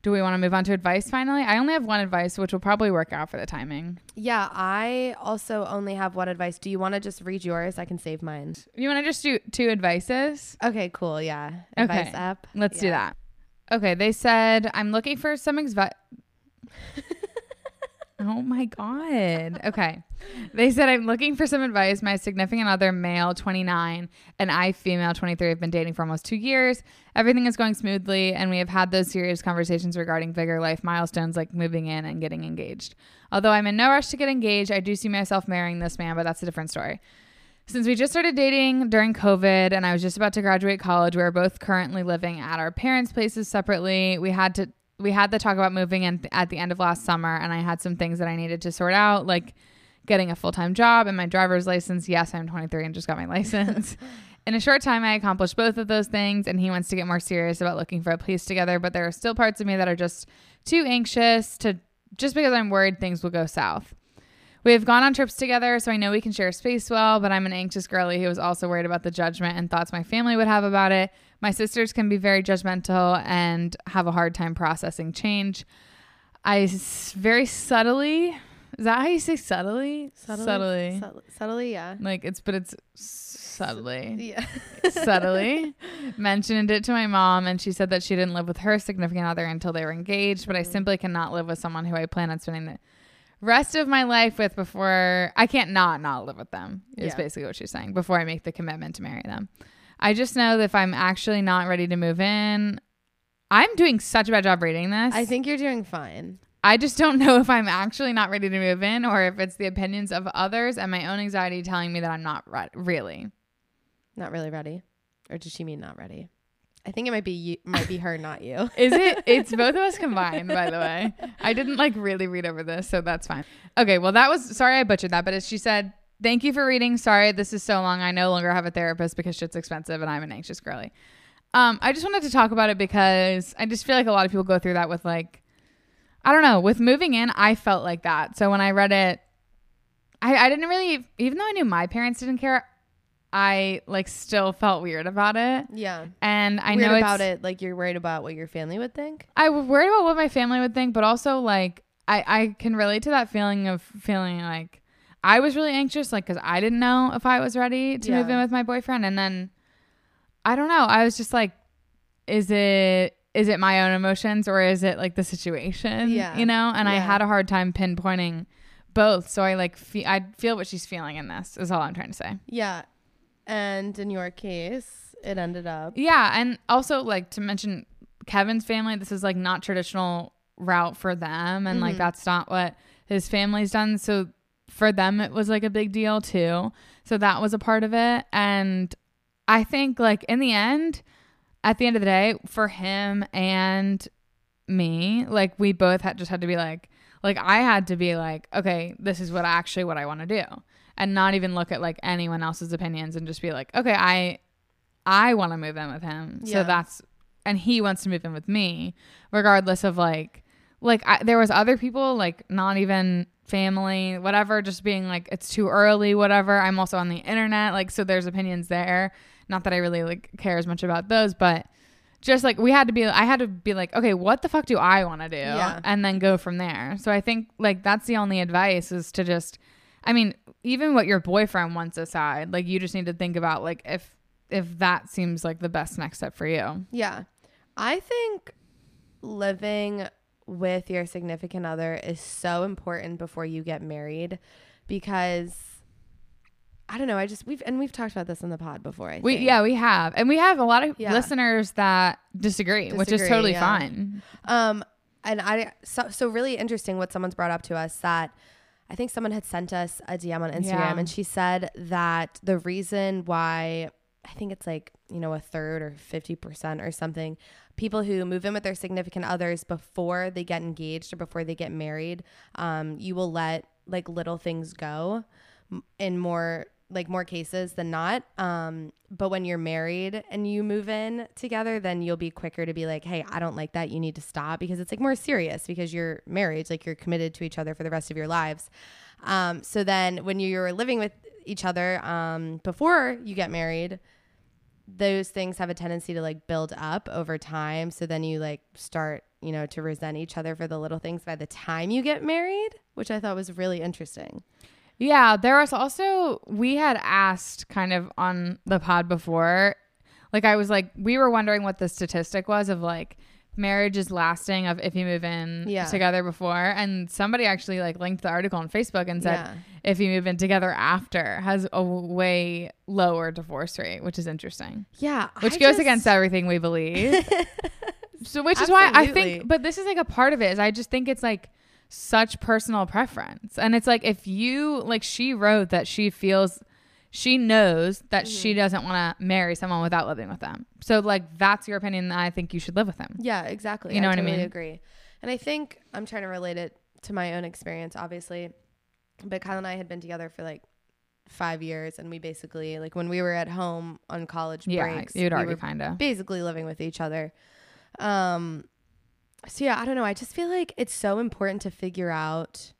S2: Do we want to move on to advice finally? I only have one advice, which will probably work out for the timing.
S1: Yeah, I also only have one advice. Do you want to just read yours? I can save mine.
S2: You want to just do two advices?
S1: Okay, cool. Yeah.
S2: Okay.
S1: Advice up.
S2: Let's do
S1: Yeah.
S2: that. Okay, they said I'm looking for some exvi- Oh my god. Okay. They said I'm looking for some advice. My significant other, male 29, and I, female 23, have been dating for almost 2 years. Everything is going smoothly and we have had those serious conversations regarding bigger life milestones like moving in and getting engaged. Although I'm in no rush to get engaged, I do see myself marrying this man, but that's a different story. Since we just started dating during COVID and I was just about to graduate college, we were both currently living at our parents' places separately. We had to we had the talk about moving in th- at the end of last summer and I had some things that I needed to sort out like getting a full-time job and my driver's license. Yes, I'm 23 and just got my license. In a short time, I accomplished both of those things, and he wants to get more serious about looking for a place together. But there are still parts of me that are just too anxious to just because I'm worried things will go south. We have gone on trips together, so I know we can share space well, but I'm an anxious girly who is also worried about the judgment and thoughts my family would have about it. My sisters can be very judgmental and have a hard time processing change. I s- very subtly, is that how you say subtly?
S1: Subtly. Subtly, subtly yeah.
S2: Like it's, but it's subtly
S1: Yeah.
S2: subtly mentioned it to my mom and she said that she didn't live with her significant other until they were engaged but i simply cannot live with someone who i plan on spending the rest of my life with before i can't not not live with them is
S1: Yeah.
S2: basically what she's saying before i make the commitment to marry them i just know that if i'm actually not ready to move in i'm doing such a bad job reading this
S1: I think you're doing fine.
S2: I just don't know if I'm actually not ready to move in or if it's the opinions of others and my own anxiety telling me that I'm not re- really.
S1: Not really ready, or does she mean not ready? I think it might be you, might be her, not you.
S2: Is it? It's both of us combined, by the way. I didn't like really read over this, so that's fine. Okay, well, that was sorry I butchered that, but as she said, thank you for reading. Sorry, this is so long. I no longer have a therapist because shit's expensive and I'm an anxious girly. Um, I just wanted to talk about it because I just feel like a lot of people go through that with like, I don't know, with moving in, I felt like that. So when I read it, I, I didn't really, even though I knew my parents didn't care, I like still felt weird about it.
S1: Yeah.
S2: And I
S1: Weird
S2: know
S1: about
S2: it's,
S1: it, like you're worried about what your family would think.
S2: I was worried about what my family would think, but also like I I can relate to that feeling of feeling like I was really anxious, like because I didn't know if I was ready to move
S1: Yeah.
S2: in with my boyfriend, and then I don't know. I was just like, is it is it my own emotions or is it like the situation?
S1: Yeah.
S2: you know. And I
S1: Yeah.
S2: had a hard time pinpointing both, so I like fe- I feel what she's feeling in this is all I'm trying to say.
S1: Yeah. And in your case, it ended up.
S2: Yeah, and also like to mention Kevin's family, this is like not traditional route for them and like
S1: Mhm.
S2: that's not what his family's done. So for them it was like a big deal too. So that was a part of it and I think like in the end at the end of the day for him and me, like we both had just had to be like like I had to be like okay, this is what actually what I want to do and not even look at like anyone else's opinions and just be like okay, I I want to move in with him.
S1: Yeah.
S2: So that's and he wants to move in with me regardless of like like I, there was other people like not even family whatever just being like it's too early whatever i'm also on the internet like so there's opinions there not that i really like care as much about those but just like we had to be i had to be like okay what the fuck do i want to do
S1: Yeah.
S2: and then go from there so i think like that's the only advice is to just i mean even what your boyfriend wants aside like you just need to think about like if if that seems like the best next step for you
S1: Yeah. I think living with your significant other is so important before you get married because I don't know, I just we've and we've talked about this on the pod before, I
S2: We
S1: think.
S2: yeah, we have. And we have a lot of
S1: Yeah.
S2: listeners that disagree, which is
S1: Disagree,
S2: totally
S1: yeah.
S2: fine.
S1: Um, and I so, so really interesting what someone's brought up to us that I think someone had sent us a DM on Instagram
S2: Yeah.
S1: and she said that the reason why I think it's like, you know, a third or 50% or something, people who move in with their significant others before they get engaged or before they get married, um, you will let like little things go m- in more like more cases than not. Um, but when you're married and you move in together, then you'll be quicker to be like, hey, I don't like that. You need to stop because it's like more serious because you're married, like you're committed to each other for the rest of your lives. Um, so then when you're living with each other um, before you get married, those things have a tendency to like build up over time. So then you like start, you know, to resent each other for the little things by the time you get married, which I thought was really interesting.
S2: Yeah, there was also we had asked kind of on the pod before. Like I was like we were wondering what the statistic was of like marriages lasting of if you move in
S1: Yeah.
S2: together before and somebody actually like linked the article on Facebook and said
S1: Yeah.
S2: if you move in together after has a way lower divorce rate, which is interesting.
S1: Yeah.
S2: which
S1: I
S2: goes
S1: just-
S2: against everything we believe. so which is why I
S1: Absolutely.
S2: think but this is like a part of it is I just think it's like such personal preference. And it's like if you like she wrote that she feels she knows that she
S1: Mm-hmm.
S2: doesn't want to marry someone without living with them. So like that's your opinion that I think you should live with them.
S1: Yeah, exactly.
S2: You know
S1: I
S2: what I
S1: totally
S2: mean?
S1: agree. And I think I'm trying to relate it to my own experience, obviously. But Kyle and I had been together for like five years, and we basically like when we were at home on college
S2: Yeah,
S1: breaks,
S2: you'd
S1: we
S2: argue
S1: were
S2: kind of.
S1: basically living with each other. Um, so yeah, I don't know. I just feel like it's so important to figure out.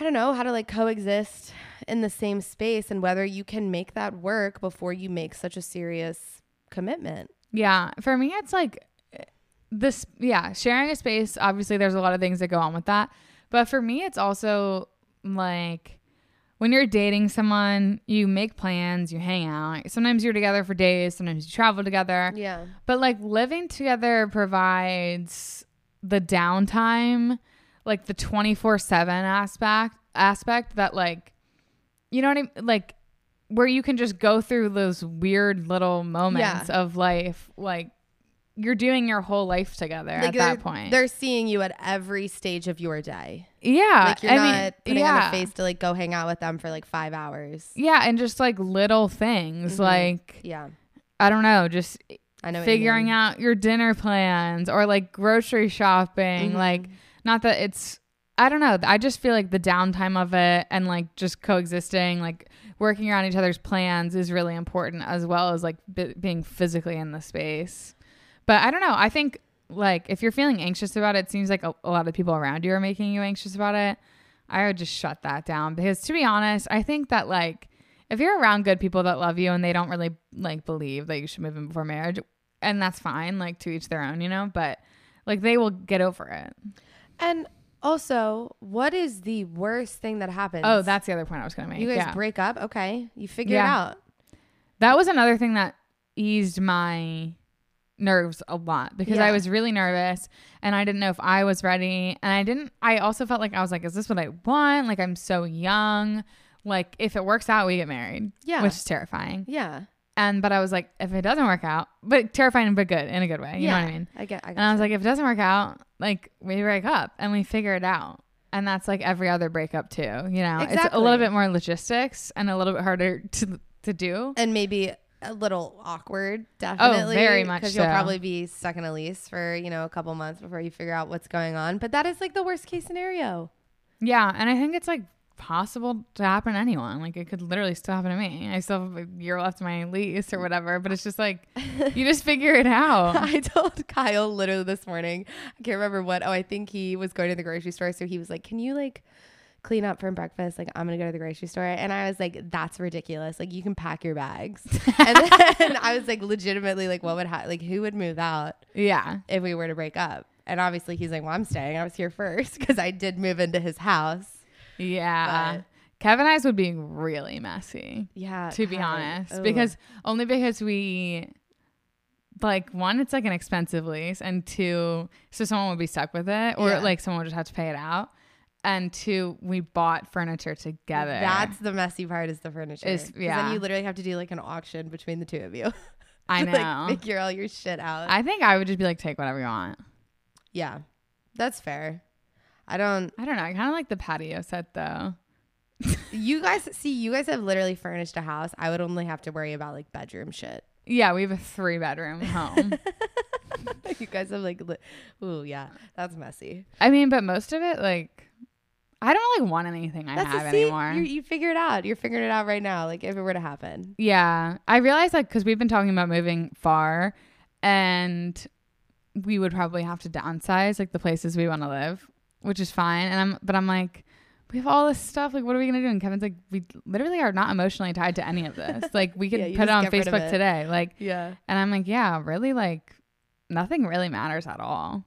S1: I don't know how to like coexist in the same space and whether you can make that work before you make such a serious commitment.
S2: Yeah, for me, it's like eh, this. Yeah, sharing a space. Obviously, there's a lot of things that go on with that, but for me, it's also like when you're dating someone, you make plans, you hang out. Sometimes you're together for days. Sometimes you travel together.
S1: Yeah.
S2: But like living together provides the downtime, like the 24/7 aspect aspect that like you know what I mean like where you can just go through those weird little moments of life like you're doing your whole life together at
S1: they're,
S2: that point.
S1: they're seeing you at every stage of your day.
S2: yeah,
S1: Like you're
S2: I
S1: not
S2: mean,
S1: putting
S2: yeah.
S1: on a face to like go hang out with them for like five hours.
S2: Yeah, and just like little things,
S1: Mhm.
S2: like
S1: Yeah,
S2: I don't know, just
S1: I know.
S2: figuring out your dinner plans or like grocery
S1: Mm-hmm.
S2: shopping. Like, not that it's, I don't know. I just feel like the downtime of it and like just coexisting, like working around each other's plans is really important as well as like b- being physically in the space. But I don't know. I think like if you're feeling anxious about it, it seems like a, a lot of people around you are making you anxious about it. I would just shut that down because to be honest, I think that like if you're around good people that love you and they don't really like believe that you should move in before marriage, and that's fine, like to each their own, you know, but like they will get over it.
S1: And also, what is the worst thing that happens?
S2: Oh, that's the other point I was going to make.
S1: you guys
S2: yeah.
S1: break up. Okay, you figure
S2: Yeah.
S1: it out.
S2: that was another thing that eased my nerves a lot because I
S1: Yeah.
S2: was really nervous and I didn't know if I was ready. And I didn't, I also felt like I was like, is this what I want? Like, I'm so young. Like, if it works out, we get married.
S1: Yeah.
S2: Which is terrifying.
S1: Yeah,
S2: And, but I was like, if it doesn't work out, but terrifying, but good in a good way. You
S1: yeah.
S2: know what I mean?
S1: I get. I,
S2: And I
S1: got
S2: was like, if it doesn't work out, like we break up and we figure it out. And that's like every other breakup too, you know. It's a
S1: Exactly.
S2: little bit more logistics and a little bit harder to to do.
S1: and maybe a little awkward. Definitely,
S2: Oh, very much
S1: because you'll
S2: so.
S1: probably be stuck in a lease for you know a couple months before you figure out what's going on. But that is like the worst case scenario.
S2: Yeah, and I think it's like possible to happen to anyone. Like it could literally still happen to me. I still have a year left of my lease or whatever, but it's just like you just figure it out.
S1: I told Kyle literally this morning. I can't remember what. Oh, I think he was going to the grocery store, so he was like, "Can you like clean up from breakfast? Like, I'm gonna go to the grocery store." And I was like, "That's ridiculous! Like, you can pack your bags." and then I was like, legitimately, like, what would ha- like who would move out
S2: Yeah.
S1: if we were to break up? And obviously, he's like, "Well, I'm staying. I was here first because I did move into his house."
S2: Yeah.
S1: But-
S2: Kevin and I's would be really messy.
S1: Yeah,
S2: to be
S1: Kyle.
S2: honest
S1: Ugh.
S2: because only because we like one it's like an expensive lease and two so someone would be stuck with it or
S1: Yeah.
S2: like someone would just have to pay it out and two we bought furniture together
S1: That's the messy part is the furniture.
S2: Is-
S1: 'Cause
S2: yeah.
S1: Then you literally have to do like an auction between the two of you.
S2: i
S1: to,
S2: know
S1: like, figure all your shit out.
S2: i think i would just be like take whatever you want
S1: Yeah, that's fair. I don't.
S2: i don't know i kind of like the patio set though
S1: You guys see, you guys have literally furnished a house. I would only have to worry about like bedroom shit.
S2: yeah we have a three bedroom home
S1: you guys have like, li- ooh, yeah, that's messy.
S2: i mean but most of it like i don't like want anything i
S1: That's
S2: have
S1: a see,
S2: anymore
S1: You, you figure it out. You're figuring it out right now. Like if it were to happen,
S2: Yeah. I realized like because we've been talking about moving far and we would probably have to downsize like the places we want to live, which is fine. And I'm but I'm like, we have all this stuff, like what are we gonna do? And Kevin's like, we literally are not emotionally tied to any of this. Like we could
S1: Yeah, you
S2: put it
S1: just
S2: on
S1: get rid of
S2: Facebook
S1: it.
S2: today. Like
S1: yeah,
S2: and I'm like, yeah, really like nothing really matters at all.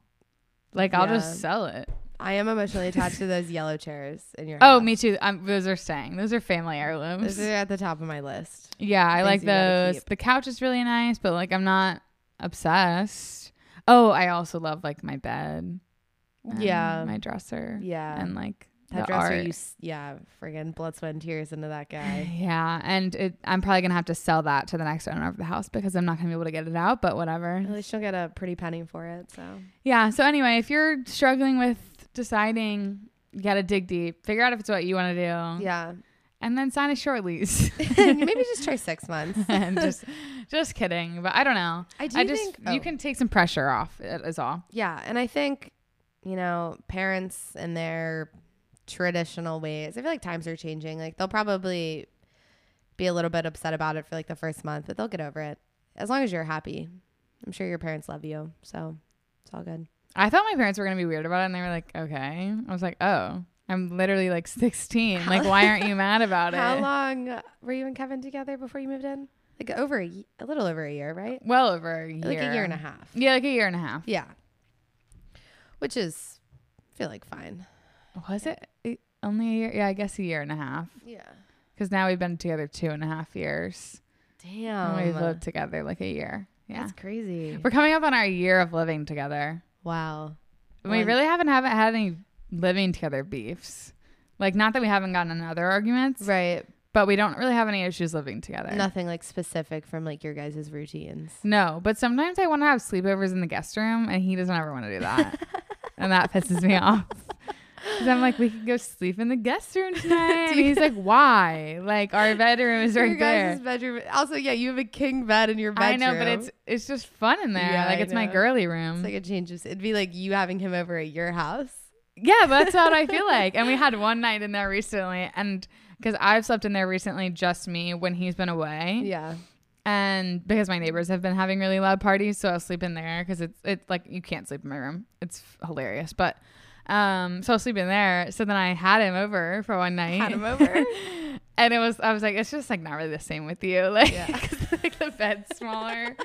S2: Like I'll
S1: Yeah.
S2: just sell it.
S1: I am emotionally attached to those yellow chairs in your.
S2: Oh,
S1: house.
S2: me too. Um, those are staying. Those are family heirlooms.
S1: Those are at the top of my list.
S2: Yeah, I
S1: things
S2: like
S1: you gotta
S2: those.
S1: keep.
S2: The couch is really nice, but like I'm not obsessed. Oh, I also love like my bed. and
S1: Yeah.
S2: My dresser.
S1: Yeah,
S2: And like
S1: that
S2: the
S1: dresser.
S2: art.
S1: You, s- yeah, friggin' blood, sweat, and tears into that guy.
S2: yeah, and it, I'm probably gonna have to sell that to the next owner of the house because I'm not gonna be able to get it out. But whatever.
S1: At least she'll get a pretty penny for it. So
S2: Yeah. So anyway, if you're struggling with deciding, you gotta dig deep, figure out if it's what you want to do,
S1: yeah,
S2: and then sign a short lease.
S1: maybe just try six months.
S2: and just, just kidding. But I don't know.
S1: I do
S2: I just
S1: think oh.
S2: you can take some pressure off. It is all.
S1: Yeah, and I think you know parents and their traditional ways. I feel like times are changing. Like they'll probably be a little bit upset about it for like the first month, but they'll get over it as long as you're happy. I'm sure your parents love you, so it's all good.
S2: I thought my parents were gonna be weird about it, and they were like, "Okay." I was like, "Oh, I'm literally like 16. Like, why aren't you mad about
S1: How
S2: it?"
S1: long were you and Kevin together before you moved in? Like over a, y- a little over a year, right?
S2: Well over a year,
S1: Like a year and a half.
S2: Yeah, like a year and a half.
S1: Yeah, which is I feel like fine.
S2: Was it it- only a year? Yeah, I guess a year and a half.
S1: Yeah.
S2: Because now we've been together two and a half years.
S1: Damn.
S2: and we've lived together like a year. Yeah,
S1: Um, That's crazy.
S2: we're coming up on our year of living together.
S1: Wow.
S2: And we
S1: One-
S2: really haven't haven't had any living together beefs. Like, not that we haven't gotten in other arguments,
S1: Right.
S2: but we don't really have any issues living together.
S1: Nothing like specific from like your guys' routines.
S2: No, but sometimes I want to have sleepovers in the guest room, and he doesn't ever want to do that, and that pisses me off. 'Cause I'm like, we could go sleep in the guest room tonight. and he's like, why? Like our bedroom is right
S1: your
S2: there.
S1: guys' bedroom. Also, yeah, you have a king bed in your
S2: I
S1: bedroom.
S2: know, but it's it's just fun in there.
S1: Yeah,
S2: like
S1: I
S2: it's my
S1: know.
S2: girly room.
S1: It's like a change of. It'd be like you having him over at your house.
S2: Yeah, that's what I feel like. And we had one night in there recently, and because I've slept in there recently, just me when he's been away,
S1: Yeah.
S2: and because my neighbors have been having really loud parties, so I'll sleep in there because it's it's like you can't sleep in my room. It's f- hilarious, but um, so I'll sleep in there. So then I had him over for one night.
S1: Had him over.
S2: And it was, I was like, it's just like not really the same with you, like,
S1: Yeah.
S2: 'cause, like the bed's smaller.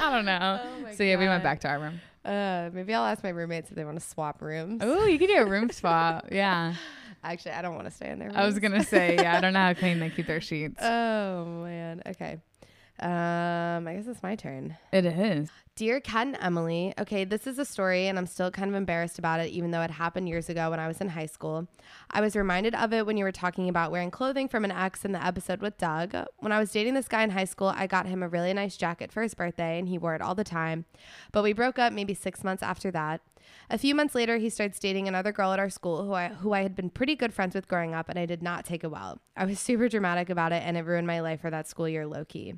S2: I don't know.
S1: Oh my
S2: so yeah, we went
S1: God.
S2: back to our room.
S1: Uh, maybe I'll ask my roommates if they want to swap rooms.
S2: Oh, you could do a room swap. Yeah.
S1: Actually, I don't want to stay in their rooms.
S2: I was gonna say, yeah, I don't know how clean they keep their sheets.
S1: Oh man. Okay. Um, I guess it's my turn.
S2: it is.
S1: Dear Kat and Emily, okay, this is a story and I'm still kind of embarrassed about it, even though it happened years ago when I was in high school. I was reminded of it when you were talking about wearing clothing from an ex in the episode with Doug. When I was dating this guy in high school, I got him a really nice jacket for his birthday and he wore it all the time. But we broke up maybe six months after that. A few months later, he starts dating another girl at our school who I, who I had been pretty good friends with growing up, and I did not take it well. I was super dramatic about it, and it ruined my life for that school year low key.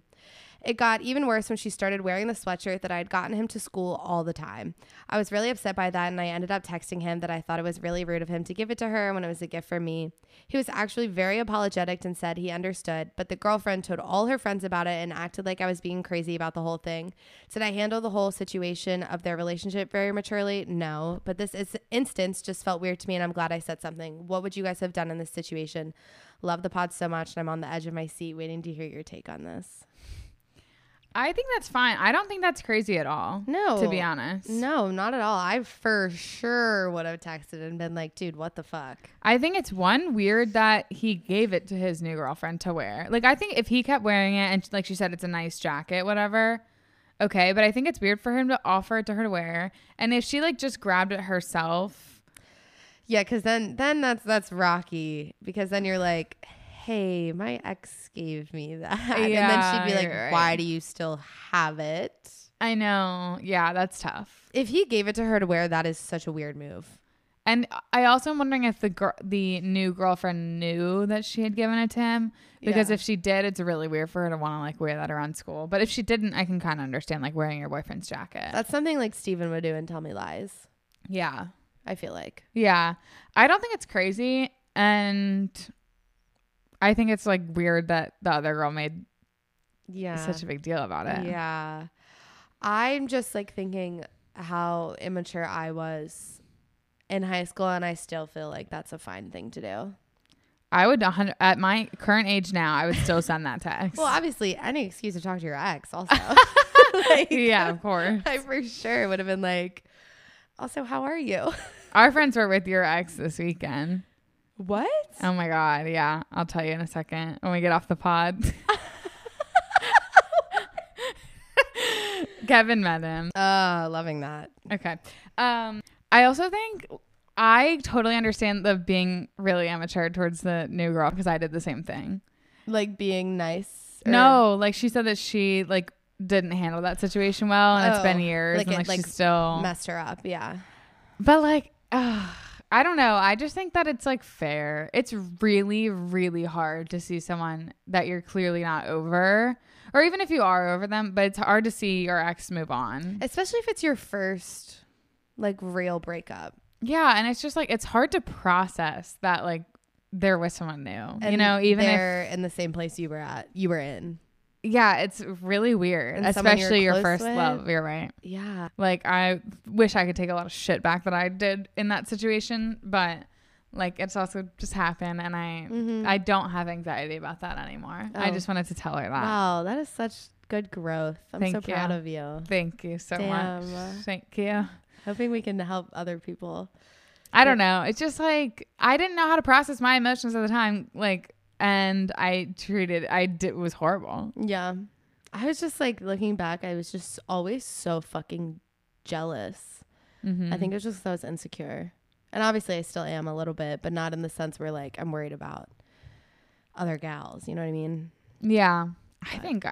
S1: It got even worse when she started wearing the sweatshirt that I had gotten him to school all the time. I was really upset by that and I ended up texting him that I thought it was really rude of him to give it to her when it was a gift from me. He was actually very apologetic and said he understood, but the girlfriend told all her friends about it and acted like I was being crazy about the whole thing. Did I handle the whole situation of their relationship very maturely? No, but this is instance just felt weird to me and I'm glad I said something. What would you guys have done in this situation? Love the pod so much and I'm on the edge of my seat waiting to hear your take on this.
S2: I think that's fine. I don't think that's crazy at all.
S1: No.
S2: to be honest,
S1: No, not at all. I for sure would have texted and been like, dude, what the fuck?
S2: I think it's one weird that he gave it to his new girlfriend to wear. Like, I think if he kept wearing it and like she said, it's a nice jacket, whatever. Okay, but I think it's weird for him to offer it to her to wear. And if she like just grabbed it herself,
S1: Yeah, because then then that's that's rocky because then you're like, hey, my ex gave me that,
S2: Yeah,
S1: and then she'd be like,
S2: you're right.
S1: why do you still have it?
S2: I know, yeah, that's tough.
S1: If he gave it to her to wear, that is such a weird move.
S2: And I also am wondering if the gir- the new girlfriend knew that she had given it to him because
S1: Yeah.
S2: if she did, it's really weird for her to want to like wear that around school. But if she didn't, I can kind of understand like wearing your boyfriend's jacket.
S1: That's something like Steven would do and tell me lies.
S2: yeah,
S1: I feel like
S2: yeah. I don't think it's crazy, and I think it's like weird that the other girl made
S1: yeah,
S2: such a big deal about it.
S1: Yeah. I'm just like thinking how immature I was in high school, and I still feel like that's a fine thing to do.
S2: I would a hundred- at my current age now, I would still send that text.
S1: Well, obviously, any excuse to talk to your ex, also. like,
S2: yeah, of course.
S1: I for sure would have been like, also, how are you?
S2: Our friends were with your ex this weekend.
S1: What?
S2: Oh my god, yeah. I'll tell you in a second when we get off the pod. Kevin met him.
S1: Uh, loving that.
S2: Okay. Um I also think I totally understand the being really immature towards the new girl because I did the same thing.
S1: Like being nice. or-
S2: No, like she said that she like didn't handle that situation well and it's been
S1: Oh,
S2: years
S1: like
S2: and
S1: it,
S2: like,
S1: like,
S2: she's still
S1: Messed her up. Yeah.
S2: But like, ugh, I don't know. I just think that it's like fair. It's really, really hard to see someone that you're clearly not over, or even if you are over them. But it's hard to see your ex move on.
S1: Especially if it's your first, like, real breakup.
S2: Yeah, and it's just like it's hard to process that like they're with someone new.
S1: And
S2: you know, even if
S1: they're in the same place you were at, you were in.
S2: yeah, it's really weird,
S1: And someone you're
S2: especially your
S1: close
S2: first
S1: with.
S2: love. You're right.
S1: Yeah.
S2: Like I wish I could take a lot of shit back that I did in that situation, but like it's also just happened and I
S1: Mm-hmm.
S2: I don't have anxiety about that anymore. I
S1: Oh.
S2: just wanted to tell her that.
S1: Wow, that is such good growth. I'm so
S2: Thank you.
S1: proud of you.
S2: Thank you so much.
S1: Damn.
S2: Thank you.
S1: Hoping we can help other people.
S2: I don't know. It's just like I didn't know how to process my emotions at the time like and I treated I did it was horrible.
S1: Yeah. I was just like looking back, I was just always so fucking jealous.
S2: Mhm.
S1: I think it was just 'cause I was insecure. And obviously, I still am a little bit, but not in the sense where like I'm worried about other gals. You know what I mean?
S2: Yeah. I
S1: But-
S2: think,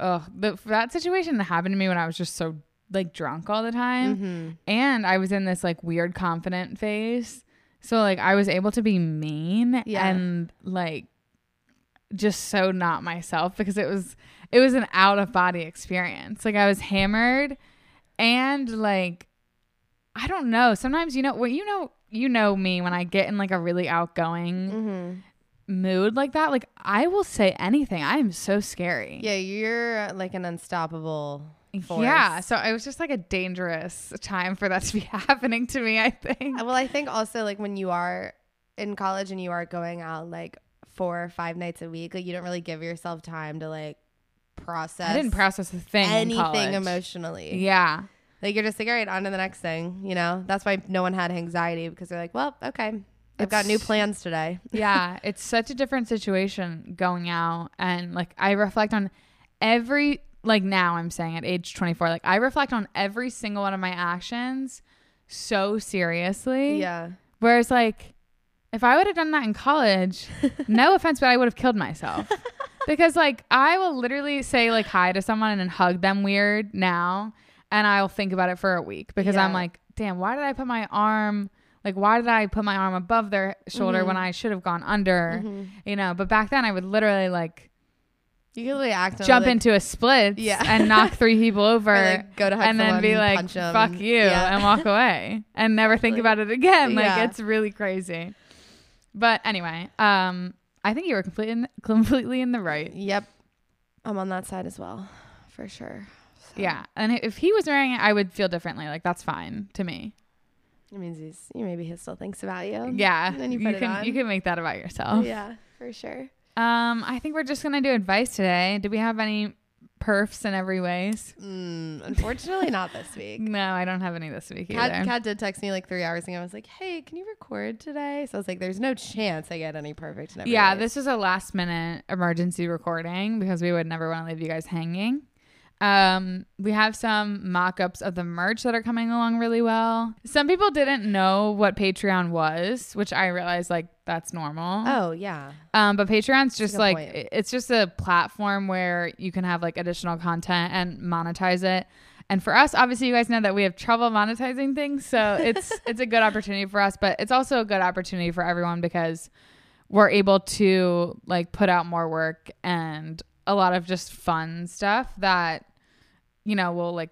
S2: oh, that situation happened to me when I was just so like drunk all the time.
S1: Mm-hmm.
S2: And I was in this like weird confident phase. So like I was able to be mean
S1: Yeah.
S2: and like just so not myself because it was it was an out of body experience. Like I was hammered and like I don't know. Sometimes you know well, you know you know me when I get in like a really outgoing
S1: Mm-hmm.
S2: mood like that, like I will say anything. I am so scary.
S1: Yeah, you're like an unstoppable. force.
S2: Yeah, so it was just like a dangerous time for that to be happening to me, I think.
S1: Uh, Well, I think also like when you are in college and you are going out like four or five nights a week, like you don't really give yourself time to like process.
S2: I didn't process a thing. in college.
S1: anything emotionally.
S2: Yeah.
S1: Like you're just like, all right, on to the next thing. You know, that's why no one had anxiety because they're like, well, okay, I've got new
S2: It's-
S1: plans today.
S2: Yeah. it's such a different situation going out. And like, I reflect on every, like, now I'm saying at age 24, like, I reflect on every single one of my actions so seriously.
S1: Yeah.
S2: Whereas, like, if I would have done that in college, no offense, but I would have killed myself. because, like, I will literally say, like, hi to someone and then hug them weird now. And I'll think about it for a week because I'm
S1: Yeah.
S2: like, damn, why did I put my arm, like, why did I put my arm above their shoulder
S1: Mm-hmm.
S2: when I should have gone under, you know? But back then, I would literally, like,
S1: You can really act.
S2: jump into a split
S1: Yeah.
S2: and knock three people over.
S1: like, go to hug
S2: and then
S1: someone,
S2: be like,
S1: punch 'em.
S2: fuck you,
S1: Yeah.
S2: and walk away and never think
S1: Exactly.
S2: about it again. Like,
S1: Yeah.
S2: it's really crazy. But anyway, um, I think you were completely in, completely in the right.
S1: Yep. I'm on that side as well, for sure. So,
S2: Yeah. And if he was wearing it, I would feel differently. Like, that's fine to me.
S1: It means he's you maybe he still thinks about you.
S2: Yeah.
S1: And Oh, then you put it
S2: can,
S1: on.
S2: you can make that about yourself.
S1: Yeah, for sure.
S2: Um, I think we're just going to do advice today. Do we have any perfs in every ways?
S1: Mm, unfortunately, not this week.
S2: No, I don't have any this week either.
S1: Kat, Kat did text me like three hours ago. I was like, "Hey, can you record today?" So I was like, "There's no chance I get any perfect." in every
S2: Yeah,
S1: way."
S2: this was a last minute emergency recording because we would never want to leave you guys hanging. Um, we have some mock ups of the merch that are coming along really well. Some people didn't know what Patreon was, which I realized like that's normal.
S1: Oh yeah.
S2: Um, but
S1: That's
S2: Patreon's
S1: a
S2: just
S1: good
S2: like
S1: point.
S2: i- it's just a platform where you can have like additional content and monetize it. And for us, obviously, you guys know that we have trouble monetizing things, so it's it's a good opportunity for us, but it's also a good opportunity for everyone because we're able to like put out more work and a lot of just fun stuff that you know will like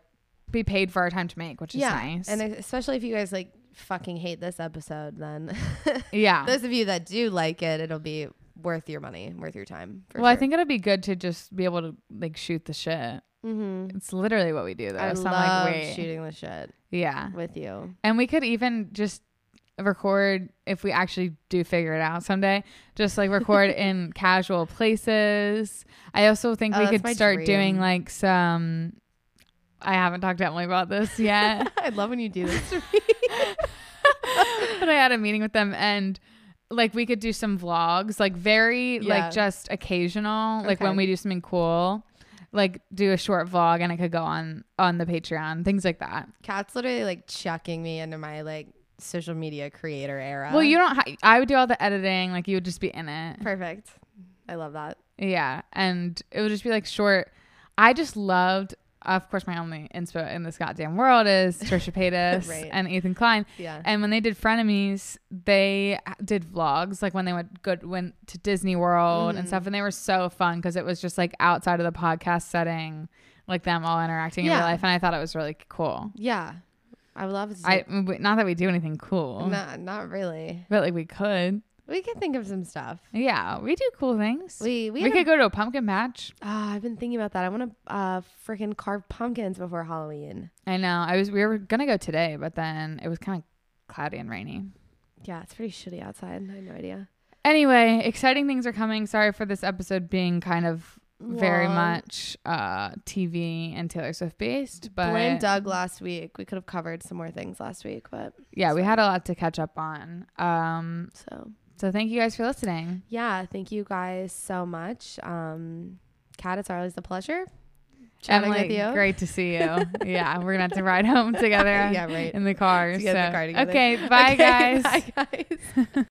S2: be paid for our time to make, which is
S1: yeah.
S2: nice.
S1: And especially if you guys like fucking hate this episode, then
S2: yeah,
S1: those of you that do like it, it'll be worth your money, worth your time. For
S2: well, I
S1: sure.
S2: think it'll be good to just be able to like shoot the shit.
S1: Mm-hmm.
S2: It's literally what we do, though.
S1: I
S2: so
S1: love
S2: I'm like, wait,
S1: shooting the shit
S2: Yeah.
S1: with you.
S2: And we could even just record if we actually do figure it out someday, just like record in casual places. I also think
S1: Oh,
S2: we
S1: that's
S2: could
S1: my
S2: start doing
S1: dream.
S2: like some. I haven't talked to Emily about this yet,
S1: I love when you do this.
S2: but I had a meeting with them and like we could do some vlogs, like very
S1: Yeah.
S2: like just occasional, like when
S1: Okay.
S2: we do something cool, like do a short vlog and it could go on on the Patreon, things like that.
S1: Cat's literally like chucking me into my like social media creator era.
S2: Well, you don't. Ha- I would do all the editing. Like you would just be in it.
S1: perfect. I love that.
S2: Yeah, and it would just be like short. I just loved. Of course, my only inspo in this goddamn world is Trisha Paytas
S1: Right.
S2: and Ethan Klein.
S1: Yeah.
S2: And when they did frenemies, they did vlogs like when they went good went to Disney World and
S1: Mm.
S2: stuff, and they were so fun because it was just like outside of the podcast setting, like them all interacting in
S1: Yeah.
S2: real life, and I thought it was really cool.
S1: yeah. I would love to.
S2: I not that we do anything cool,
S1: not, not really.
S2: but like we could.
S1: We can think of some stuff.
S2: Yeah, we do cool things.
S1: We we,
S2: We,
S1: had a-
S2: could go to a pumpkin patch.
S1: Ah, I've been thinking about that. I want to uh, freaking carve pumpkins before Halloween.
S2: I know. I was we were gonna go today, but then it was kind of cloudy and rainy.
S1: Yeah, it's pretty shitty outside. I have no idea.
S2: Anyway, exciting things are coming. Sorry for this episode being kind of very
S1: Long.
S2: much uh TV and Taylor Swift based, but
S1: Blame Doug last week. We could have covered some more things last week, but
S2: yeah, we had a lot to catch up on. Um,
S1: so
S2: so thank you guys for listening.
S1: yeah, thank you guys so much. Um, Kat, it's always a pleasure chatting
S2: Emily,
S1: with you.
S2: great to see you. yeah, we're gonna have to ride home together
S1: yeah, right.
S2: in the car.
S1: Let's get in the
S2: so-
S1: car together.
S2: okay, bye
S1: Okay,
S2: guys.
S1: Bye guys.